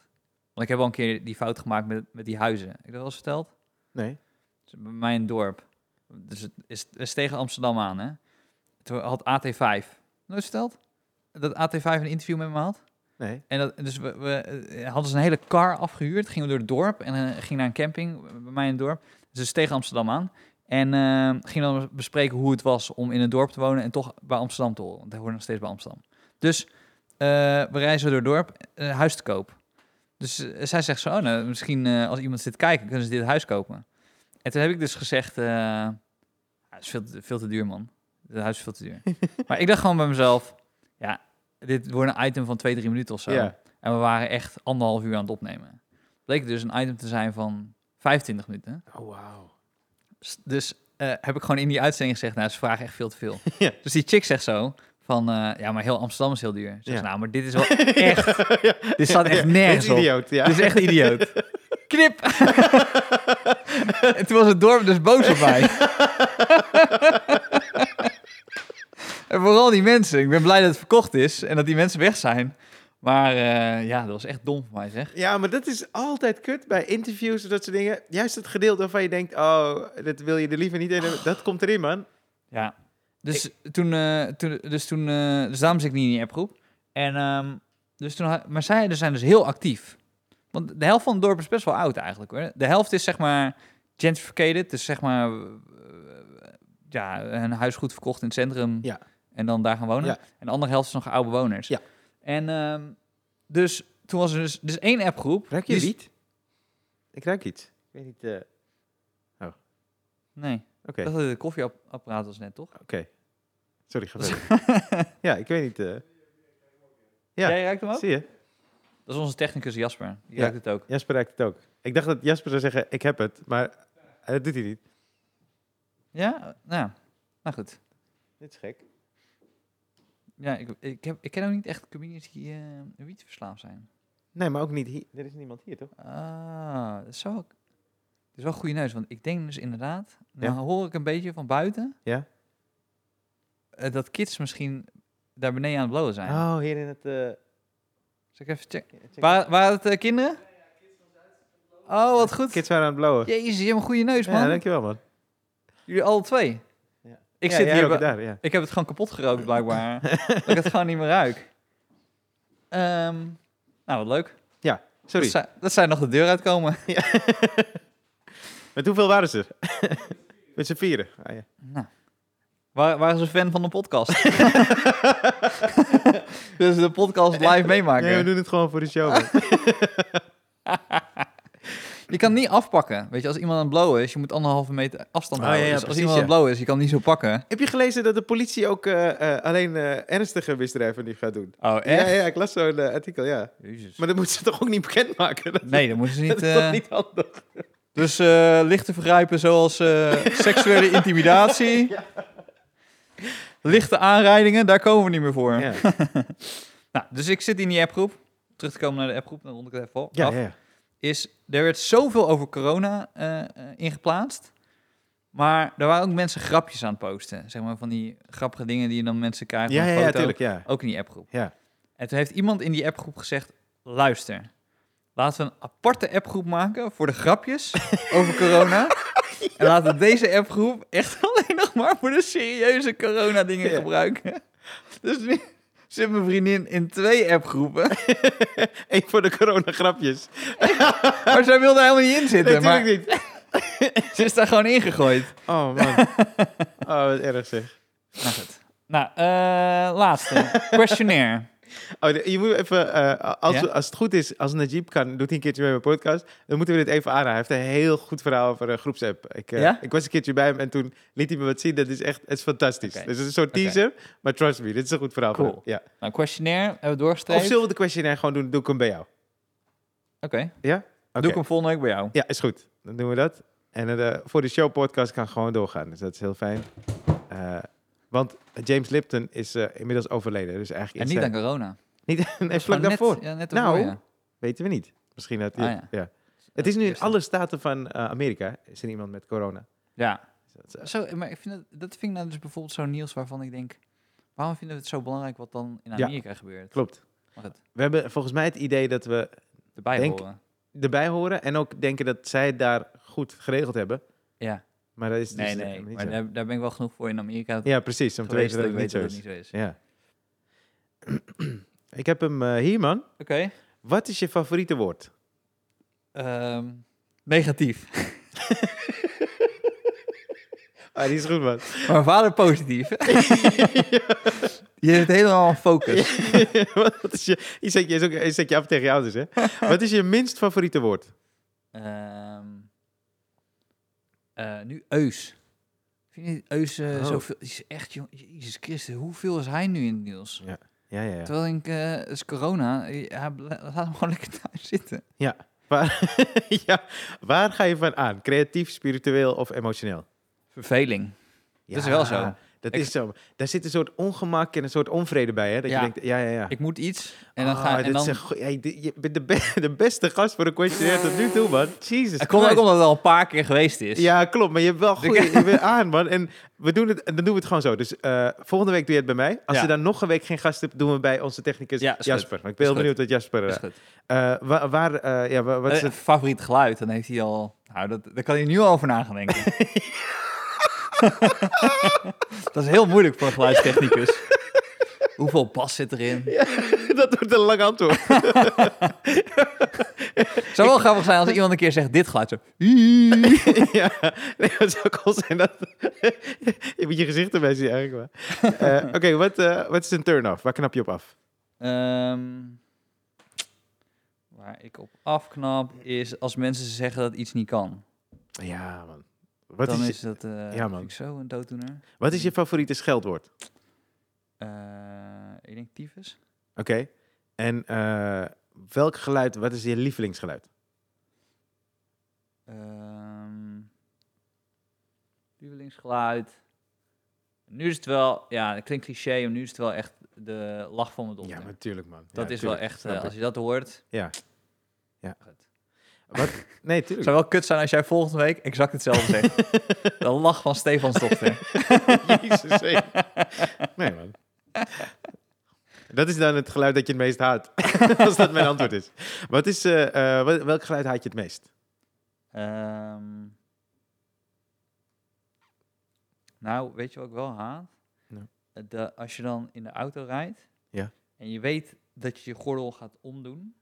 A: Want ik heb al een keer die fout gemaakt met, met die huizen. Heb ik dat al eens verteld?
B: Nee.
A: Dus bij mij een dorp. Dus het is, het is tegen Amsterdam aan, hè. Toen had AT5... Nooit verteld? Dat AT5 een interview met me had?
B: Nee.
A: En dat, dus we, we eh, hadden ze een hele car afgehuurd. Gingen we door het dorp en eh, gingen naar een camping eh, bij mij in het dorp. Dus tegen Amsterdam aan. En eh gingen dan bespreken hoe het was om in een dorp te wonen en toch bij Amsterdam te horen. Want hij hoort nog steeds bij Amsterdam. Dus eh, we reizen door het dorp, een huis te koop. Dus eh, zij zegt zo, oh, nou, misschien eh, als iemand zit kijken, kunnen ze dit huis kopen. En toen heb ik dus gezegd, eh, "Ja, het is veel te, veel te duur man. Het huis is veel te duur. maar ik dacht gewoon bij mezelf, ja, dit wordt een item van twee, drie minuten of zo.
B: Ja.
A: En we waren echt anderhalf uur aan het opnemen. Bleek dus een item te zijn van 25 minuten.
B: Oh, wauw.
A: S- Dus eh, heb ik gewoon in die uitzending gezegd, nou, ze vragen echt veel te veel.
B: Ja.
A: Dus die chick zegt zo van, eh, ja, maar heel Amsterdam is heel duur. Ze
B: Ja.
A: nou, maar dit is wel echt,
B: ja.
A: dit staat echt
B: Dit is
A: nergens op.
B: idioot, ja.
A: Dit is echt idioot. Knip! en toen was het dorp dus boos op mij. en vooral die mensen. Ik ben blij dat het verkocht is en dat die mensen weg zijn. Maar eh, ja, dat was echt dom voor mij, zeg.
B: Ja, maar dat is altijd kut bij interviews of dat soort dingen. Juist het gedeelte waarvan je denkt, oh, dat wil je er liever niet in hebben. Dat komt erin, man.
A: Ja. Dus toen, eh, toen, dus toen, eh, dus daarom zit ik niet in die appgroep. En, ehm, dus toen, had- maar zij dus zijn dus heel actief. Want de helft van het dorp is best wel oud eigenlijk hoor. De helft is zeg maar gentrificated, dus zeg maar, eh, ja, een huis goed verkocht in het centrum
B: Ja.
A: en dan daar gaan wonen.
B: Ja.
A: En de andere helft is nog oude bewoners.
B: Ja.
A: En ehm, dus toen was er dus, dus één appgroep.
B: Ruik je
A: die is-
B: wiet? Ik ruik iets. Ik weet niet, eh,
A: Nee,
B: oké.
A: dat was het koffieapparaat was net toch?
B: Oké. Sorry, ga verder. ja, ik weet niet. eh, Ja.
A: Jij ruikt hem ook?
B: zie je?
A: Dat is onze technicus Jasper. Die
B: Ja.
A: ruikt het ook.
B: Jasper ruikt het ook. Ik dacht dat Jasper zou zeggen, ik heb het, maar eh, dat doet hij niet.
A: Ja? Nou, nou goed.
B: Dit is gek.
A: Ja, ik, ik, heb, ik ken ook niet echt comedians die eh wiet verslaafd zijn.
B: Nee, maar ook niet hier. Er is niemand hier, toch?
A: Ah, dat is wel... Het is wel een goede neus, want ik denk dus inderdaad... Nou
B: Ja.
A: hoor ik een beetje van buiten...
B: Ja.
A: eh, dat kids misschien daar beneden aan het blowen zijn.
B: Oh, hier in het... eh,
A: Zal ik even checken?
B: check-
A: Waar, waren het eh, kinderen? Oh, wat goed.
B: Kids waren aan het blauwen.
A: Jezus, je hebt een goede neus, man.
B: Ja, dankjewel, man.
A: Jullie alle twee.
B: Ja.
A: Ik
B: Ja,
A: zit
B: jij
A: hier...
B: ook
A: bij-
B: daar, ja.
A: Ik heb het gewoon kapot gerookt, blijkbaar. dat ik het gewoon niet meer ruik. Ehm, nou, wat leuk.
B: Sorry.
A: Dat zij, dat zij nog de deur uitkomen.
B: Met hoeveel waren ze er? Met z'n vieren. Ah, ja.
A: Nou. Wa- Waren ze fan van de podcast? dus de podcast live meemaken.
B: Nee, we doen het gewoon voor de show. man.
A: Je kan het niet afpakken. Weet je, als iemand aan het blowen is, je moet anderhalve meter afstand
B: Oh,
A: houden.
B: ja, ja,
A: dus als
B: precies,
A: iemand aan het blowen is, je kan hem niet zo pakken.
B: Heb je gelezen dat de politie ook eh, eh, alleen eh, ernstige misdrijven nu gaat doen?
A: Oh,
B: Ja, ja, ik las zo'n eh, artikel, ja. Maar dat moeten ze toch ook niet bekendmaken? Dat,
A: Nee, dat moeten ze
B: dat
A: niet...
B: is
A: eh,
B: toch niet handig?
A: Dus eh, lichte vergrijpen zoals eh, seksuele intimidatie. Lichte aanrijdingen, daar komen we niet meer voor.
B: Ja, ja,
A: Nou, dus ik zit in die appgroep. Terug te komen naar de appgroep, dan rond ik het even af.
B: ja. ja.
A: Is, er werd zoveel over corona eh, eh, ingeplaatst. Maar er waren ook mensen grapjes aan het posten. Zeg maar van die grappige dingen die je dan mensen krijgt.
B: Ja,
A: van
B: ja,
A: een
B: ja,
A: foto.
B: tuurlijk, ja.
A: Ook in die appgroep.
B: Ja.
A: En toen heeft iemand in die appgroep gezegd: luister, laten we een aparte appgroep maken voor de grapjes over corona. En laten we deze appgroep echt alleen nog maar voor de serieuze corona-dingen
B: Ja.
A: gebruiken. Dus nu zit mijn vriendin in twee appgroepen.
B: Eén voor de coronagrapjes.
A: Maar zij wilde er helemaal niet in zitten.
B: Natuurlijk
A: maar
B: niet.
A: ze is daar gewoon ingegooid.
B: Oh, man. Oh, wat erg zeg.
A: Nou goed. Nou, eh, laatste. Questionnaire.
B: Oh, de- je moet even, eh, als,
A: Ja?
B: we- als het goed is, als Najib kan, doet hij een keertje mee mijn podcast. Dan moeten we dit even aanraden. Hij heeft een heel goed verhaal over een groepsapp. Ik, eh,
A: Ja?
B: ik was een keertje bij hem en toen liet hij me wat zien. Dat is echt, het is fantastisch.
A: Oké.
B: Dus het is een soort
A: Oké.
B: teaser, maar trust me, dit is een goed verhaal. van
A: Cool.
B: hem. Ja.
A: Nou, questionnaire hebben we
B: Of
A: doorgestreept. Oké,
B: zullen we de questionnaire gewoon doen? Doe ik hem bij jou. Ja? Oké.
A: doe ik hem volgende week bij jou.
B: Ja, is goed. Dan doen we dat. En eh, voor de show podcast kan gewoon doorgaan. Dus dat is heel fijn. Eh, want James Lipton is eh, inmiddels overleden. Dus eigenlijk
A: En
B: is
A: niet
B: hij-
A: aan corona.
B: niet nee, vlak
A: Gewoon net-
B: daarvoor.
A: Ja, net
B: Nou,
A: daarvoor, ja.
B: Weten we niet. Misschien dat
A: Ah,
B: ja. ja. Het is nu in
A: Eerst-
B: alle staten van eh, Amerika is er iemand met corona.
A: Ja.
B: Dus dat is, eh,
A: Zo, maar ik vind dat, dat vind ik nou dus bijvoorbeeld zo'n nieuws waarvan ik denk... waarom vinden we het zo belangrijk wat dan in
B: Ja.
A: Amerika gebeurt?
B: klopt.
A: Mag het
B: We hebben volgens mij het idee dat we
A: erbij
B: Denk-
A: horen?
B: erbij horen en ook denken dat zij het daar goed geregeld hebben.
A: Ja.
B: Maar dat is dus
A: Nee, nee.
B: helemaal niet
A: Maar
B: zo.
A: daar, daar ben ik wel genoeg voor in Amerika
B: Ja, precies. Om te
A: geweest
B: weten dat
A: dat ik
B: het niet
A: weet
B: zo
A: dat het
B: is.
A: niet zo is.
B: Ja. ik heb hem eh, hier, man.
A: Oké.
B: Wat is je favoriete woord?
A: Ehm, negatief.
B: Ah, die is goed, man.
A: Maar vader positief. Je hebt helemaal focus.
B: Wat wat is je, je, zet je, is ook- je zet je af tegen je ouders, hè? Wat is je minst favoriete woord?
A: Ehm, eh, nu Eus. Vind je niet Eus eh,
B: Oh.
A: zoveel? Die is echt, jong, Jezus Christus, hoeveel is hij nu in het nieuws?
B: Ja, ja, ja.
A: Terwijl ik denk, eh, het is corona, eh, ja, bl- laat hem gewoon lekker thuis zitten.
B: Waar, ja. Waar ga je van aan? Creatief, spiritueel of emotioneel?
A: Verveling.
B: Ja,
A: is wel zo.
B: Dat
A: Ik-
B: is zo. Daar zit een soort ongemak en een soort onvrede bij, hè? Dat
A: Ja.
B: je denkt, ja, ja, ja.
A: Ik moet iets en dan
B: Ah,
A: ga
B: dit
A: en
B: is
A: dan...
B: een goe- hey, dit- je bent de, be- de beste gast voor een questionnaire tot nu toe, man. Jesus
A: Het komt ook
B: Christ.
A: omdat het al een paar keer geweest is.
B: Ja, klopt. Maar je hebt wel goed je bent aan, man. En we doen het, en dan doen we het gewoon zo. Dus eh, volgende week doe je het bij mij. Als
A: Ja.
B: je dan nog een week geen gast hebt, doen we bij onze technicus
A: Ja, is
B: Jasper.
A: goed.
B: Want ik ben heel
A: Is
B: benieuwd wat Jasper...
A: Is
B: eh,
A: Dus goed.
B: eh, wa- waar, eh, ja, wa- wat is
A: Eh,
B: het?
A: Favoriet geluid, dan heeft hij al... Nou, dat, daar kan hij nu al over na gaan denken. dat is heel moeilijk voor een geluidstechnicus. Hoeveel bas zit erin?
B: dat wordt een lang antwoord.
A: Het zou wel grappig zijn als iemand een keer zegt dit geluid. Zo.
B: ja, nee, dat zou cool zijn. Dat... je moet je gezicht erbij zien eigenlijk. maar. Eh, Oké, wat, eh, wat is een turn-off? Waar knap je op af?
A: Ehm, waar ik op afknap is als mensen zeggen dat iets niet kan.
B: Ja, man. Wat,
A: dan
B: is,
A: is,
B: je-
A: dat eh
B: Ja,
A: ja,
B: man.
A: ik zo een dooddoener.
B: wat is je favoriete scheldwoord?
A: Eh, ik denk tyfus.
B: Oké. En eh, welk geluid, wat is je lievelingsgeluid?
A: Ehm lievelingsgeluid. Nu is het wel, ja, het klinkt cliché, maar nu is het wel echt de lach van mijn
B: Ja,
A: dochter.
B: natuurlijk, man.
A: dat
B: Ja,
A: is wel
B: tuurlijk,
A: echt, eh,
B: snap ik.
A: als je dat hoort.
B: Ja. Ja.
A: Goed.
B: Wat? Nee, tuurlijk.
A: zou wel kut zijn als jij volgende week exact hetzelfde zegt. de lach van Stefans dochter.
B: Jezus, hé. Nee, man. Dat is dan het geluid dat je het meest haat. Als dat mijn antwoord is. Wat is eh, eh, wel- welk geluid haat je het meest?
A: Ehm, Nou, weet je wat ik wel haat?
B: Nou.
A: De, als je dan in de auto rijdt
B: Ja.
A: en je weet dat je je gordel gaat omdoen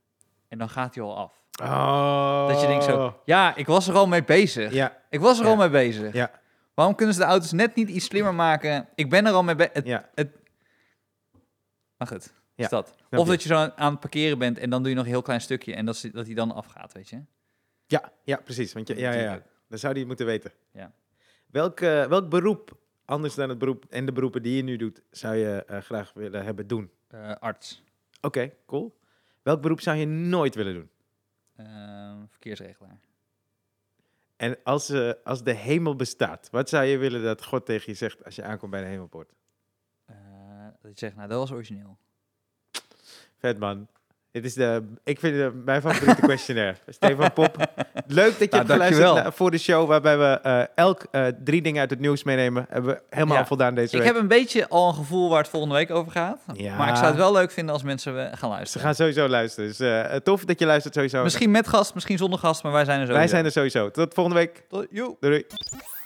A: en dan gaat hij al af.
B: Oh.
A: Dat je denkt zo, ja, ik was er al mee bezig.
B: Ja,
A: Ik was er
B: Ja.
A: al mee bezig.
B: Ja.
A: Waarom kunnen ze de auto's net niet iets slimmer maken? Ik ben er al mee bezig.
B: ja.
A: Maar goed,
B: Ja,
A: is dat.
B: snap
A: Of
B: je.
A: dat je zo aan aan het parkeren bent en dan doe je nog een heel klein stukje en dat, ze- dat hij dan afgaat, weet je?
B: Ja, ja, precies. Want je, ja, ja, ja. Dan zou die het moeten weten.
A: Ja.
B: Welk, eh, welk beroep, anders dan het beroep en de beroepen die je nu doet, zou je eh, graag willen hebben doen?
A: Eh, arts,
B: Oké, cool. Welk beroep zou je nooit willen doen?
A: Eh, verkeersregelaar.
B: En als, eh, als de hemel bestaat, wat zou je willen dat God tegen je zegt als je aankomt bij de hemelpoort?
A: Eh, dat je zegt, nou, dat was origineel.
B: Vet man. Dit is de, ik vind het mijn favoriete questionnaire. Stefan Pop, leuk dat je
A: Nou,
B: hebt geluisterd
A: dankjewel.
B: naar- voor de show waarbij we eh, elk eh, drie dingen uit het nieuws meenemen. Hebben we helemaal
A: Ja.
B: voldaan deze
A: Ik
B: week.
A: heb een beetje al een gevoel waar het volgende week over gaat.
B: Ja.
A: Maar ik zou het wel leuk vinden als mensen eh, gaan
B: Ze
A: luisteren.
B: gaan sowieso luisteren. Dus eh, tof dat je luistert sowieso.
A: Misschien met gast, misschien zonder gast, maar wij zijn er zo.
B: Wij zijn er sowieso. Tot volgende week.
A: Tot, joe.
B: Doei. doei.